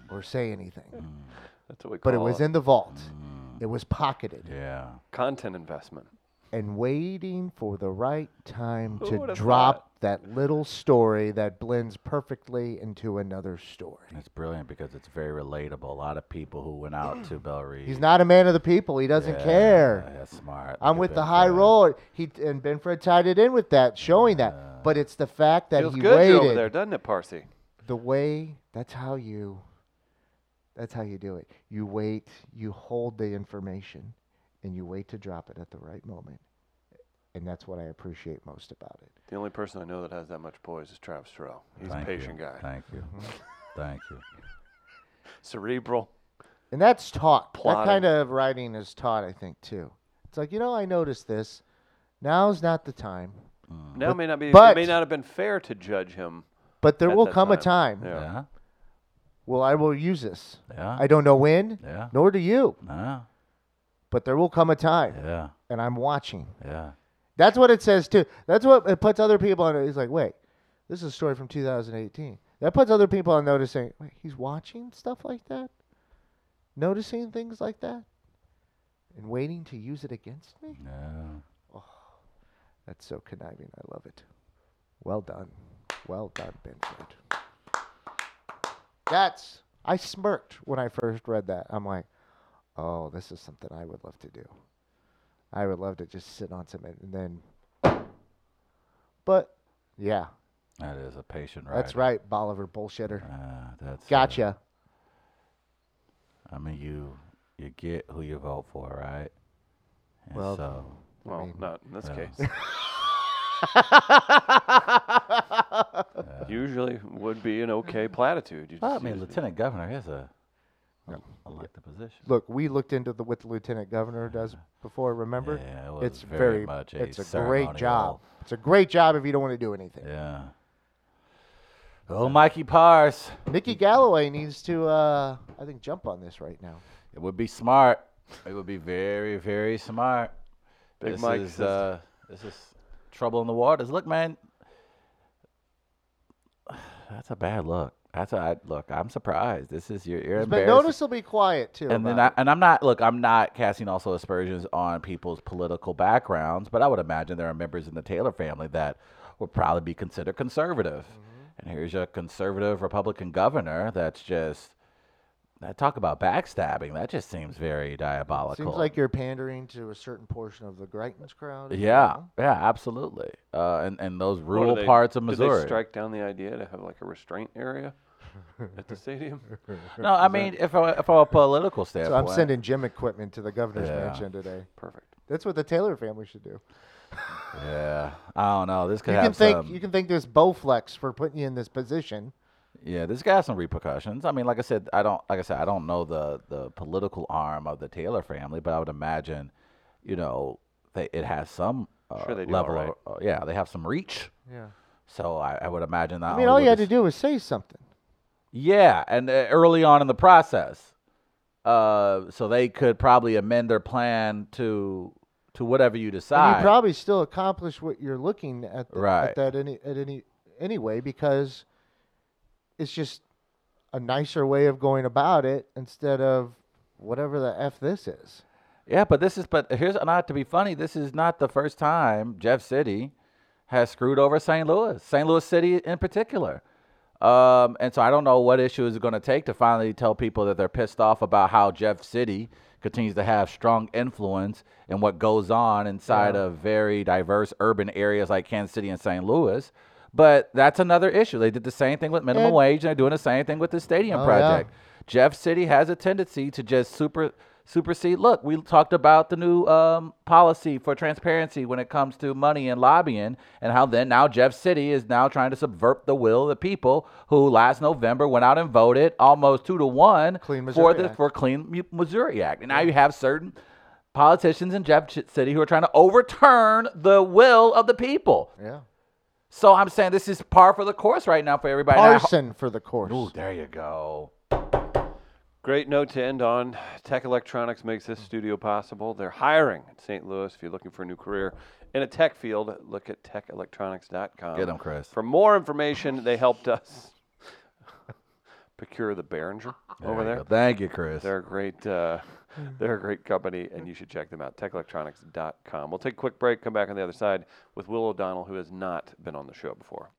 Speaker 3: or say anything.
Speaker 2: That's what we call
Speaker 3: But it was in the vault.
Speaker 2: Mm.
Speaker 3: It was pocketed
Speaker 1: Yeah.
Speaker 2: content investment.
Speaker 3: and waiting for the right time
Speaker 2: Who
Speaker 3: to
Speaker 2: would've
Speaker 3: drop that little story that blends perfectly into another story.
Speaker 1: It's brilliant because it's very relatable. A lot of people who went out to Belle Reeve.
Speaker 3: He's not a man of the people. He doesn't
Speaker 1: Yeah,
Speaker 3: care.
Speaker 1: That's smart.
Speaker 3: I'm
Speaker 1: Look
Speaker 3: with
Speaker 1: at
Speaker 3: the
Speaker 1: Ben
Speaker 3: high
Speaker 1: Fred.
Speaker 3: roller. He and Benfred tied it in with that, showing that. But it's the fact that
Speaker 2: Feels
Speaker 3: he
Speaker 2: good you're over
Speaker 3: waited.
Speaker 2: there, doesn't it, Parsi?
Speaker 3: The way that's how you. That's how you do it. You wait. You hold the information, and you wait to drop it at the right moment. And that's what I appreciate most about it.
Speaker 2: The only person I know that has that much poise is Travis Terrell. He's
Speaker 1: Thank
Speaker 2: a patient
Speaker 1: you.
Speaker 2: guy.
Speaker 1: Thank you. Thank you.
Speaker 2: Cerebral.
Speaker 3: And that's taught.
Speaker 2: Plotting.
Speaker 3: That kind of writing is taught, I think, too. It's like you know, I noticed this. Now's not the time,
Speaker 1: Mm.
Speaker 2: Now may not be.
Speaker 3: but-
Speaker 2: it may not have been fair to judge him.
Speaker 3: but there
Speaker 2: At
Speaker 3: will
Speaker 2: that
Speaker 3: come a
Speaker 2: time.
Speaker 3: time.
Speaker 2: Yeah.
Speaker 1: [LAUGHS] Yeah.
Speaker 3: Well, I will use this.
Speaker 1: Yeah.
Speaker 3: I don't know when,
Speaker 1: Yeah.
Speaker 3: nor do you.
Speaker 1: Nah.
Speaker 3: but there will come a time,
Speaker 1: Yeah.
Speaker 3: and I'm watching.
Speaker 1: Yeah.
Speaker 3: That's what it says too. That's what it puts other people on. It's like, wait, this is a story from 2018. That puts other people on notice saying, wait, he's watching stuff like that, noticing things like that, and waiting to use it against me. Oh,
Speaker 1: Yeah.
Speaker 3: That's so conniving. I love it. Well done, well done, Benford. That's. I smirked when I first read that. I'm like, oh, this is something I would love to do. I would love to just sit on some and then. But yeah,
Speaker 1: That is a patient right.
Speaker 3: that's right, Bolivar bullshitter.
Speaker 1: Uh, that's uh,
Speaker 3: Gotcha.
Speaker 1: I mean, you you get who you vote for, right? And
Speaker 3: Well,
Speaker 1: so
Speaker 2: Well,
Speaker 3: mean,
Speaker 2: not in this
Speaker 1: yeah.
Speaker 2: case.
Speaker 1: [LAUGHS]
Speaker 2: Usually would be an okay platitude. You
Speaker 1: Well, I
Speaker 2: just
Speaker 1: mean,
Speaker 2: use it.
Speaker 1: lieutenant governor is a elected position.
Speaker 3: Look, we looked into the what the lieutenant governor does before. Remember?
Speaker 1: Yeah, it was
Speaker 3: it's
Speaker 1: very
Speaker 3: very.
Speaker 1: much a
Speaker 3: it's a great job.
Speaker 1: ceremonial-
Speaker 3: It's a great job if you don't want to do anything.
Speaker 1: Yeah. Oh, Mikey Pars,
Speaker 3: Nikki Galloway needs to, uh, I think, jump on this right now.
Speaker 1: it would be smart. It would be very, very smart.
Speaker 2: Big
Speaker 1: this
Speaker 2: Mike
Speaker 1: is
Speaker 2: says-
Speaker 1: uh, this is trouble in the waters. Look, man, [SIGHS] that's a bad look. That's a I, look. I'm surprised. This is your. You're
Speaker 3: But
Speaker 1: embarrassing.
Speaker 3: notice he'll be quiet too.
Speaker 1: and then
Speaker 3: about
Speaker 1: I, and I'm not look I'm not casting also aspersions on people's political backgrounds, but I would imagine there are members in the Taylor family that would probably be
Speaker 3: Mm-hmm.
Speaker 1: considered conservative. And here's a conservative Republican governor that's just I talk about backstabbing. That just seems very diabolical.
Speaker 3: Seems like you're pandering to a certain portion of the Greitens crowd. as
Speaker 1: yeah,
Speaker 3: well.
Speaker 1: yeah, absolutely. Uh, and and those
Speaker 2: Or do
Speaker 1: rural
Speaker 2: they-
Speaker 1: parts of
Speaker 2: Did
Speaker 1: Missouri.
Speaker 2: they strike down the idea to have like a restraint area at the stadium?
Speaker 1: no, I mean, if I if I'm a political
Speaker 3: So
Speaker 1: standpoint,
Speaker 3: I'm sending gym equipment to the governor's
Speaker 1: Yeah.
Speaker 3: mansion today.
Speaker 2: Perfect.
Speaker 3: That's what the Taylor family should do.
Speaker 1: Yeah, I don't know. This could
Speaker 3: You
Speaker 1: have um,
Speaker 3: can thank
Speaker 1: some.
Speaker 3: you can thank this Bowflex for putting you in this position.
Speaker 1: Yeah, this guy has some repercussions. I mean, like I said, I don't like I said, I don't know the the political arm of the Taylor family, but I would imagine, you know, they, it has some uh,
Speaker 2: Sure they do all
Speaker 1: level.
Speaker 2: right.
Speaker 1: Of, uh, yeah, they have some reach.
Speaker 3: Yeah.
Speaker 1: So I, I would imagine that.
Speaker 3: I mean, all you had to do was say something.
Speaker 1: Yeah, and uh, early on in the process, uh, so they could probably amend their plan to to whatever you
Speaker 3: And
Speaker 1: decide.
Speaker 3: you probably still accomplish what you're looking at, the,
Speaker 1: Right.
Speaker 3: at that any at any anyway because it's just a nicer way of going about it instead of whatever the f this is.
Speaker 1: Yeah, but this is but here's not to be funny. This is not the first time Jeff City has screwed over St. Louis, St. Louis City in particular. Um, and so I don't know what issue is going to take to finally tell people that they're pissed off about how Jeff City continues to have strong influence in what goes on inside of very diverse urban areas like Kansas City and St. Louis. But that's another issue. They did the same thing with minimum
Speaker 3: And-
Speaker 1: wage, and they're doing the same thing with the stadium
Speaker 3: Oh, yeah.
Speaker 1: project. Jeff City has a tendency to just super supersede. Look, we talked about the new um, policy for transparency when it comes to money and lobbying, and how then now Jeff City is now trying to subvert the will of the people who last November went out and voted almost two to one
Speaker 3: Clean
Speaker 1: for
Speaker 3: Missouri
Speaker 1: the
Speaker 3: Act.
Speaker 1: for Clean Mu- Missouri Act, and now you have certain politicians in Jeff Ch- City who are trying to overturn the will of the people.
Speaker 3: Yeah.
Speaker 1: So I'm saying this is par for the course right now for everybody. And I ho-
Speaker 3: Arson for the course.
Speaker 1: Ooh, there you go.
Speaker 2: Great note to end on. Tech Electronics makes this studio possible. They're hiring in St. Louis. If you're looking for a new career in a tech field, look at techelectronics.com.
Speaker 1: Get 'em, Chris.
Speaker 2: For more information, they helped us [LAUGHS] procure the Behringer over
Speaker 1: you
Speaker 2: there.
Speaker 1: go. Thank you, Chris.
Speaker 2: They're a great. Uh, they're a great company, and you should check them out. TechElectronics.com. We'll take a quick break. Come back on the other side with Will O'Donnell, who has not been on the show before.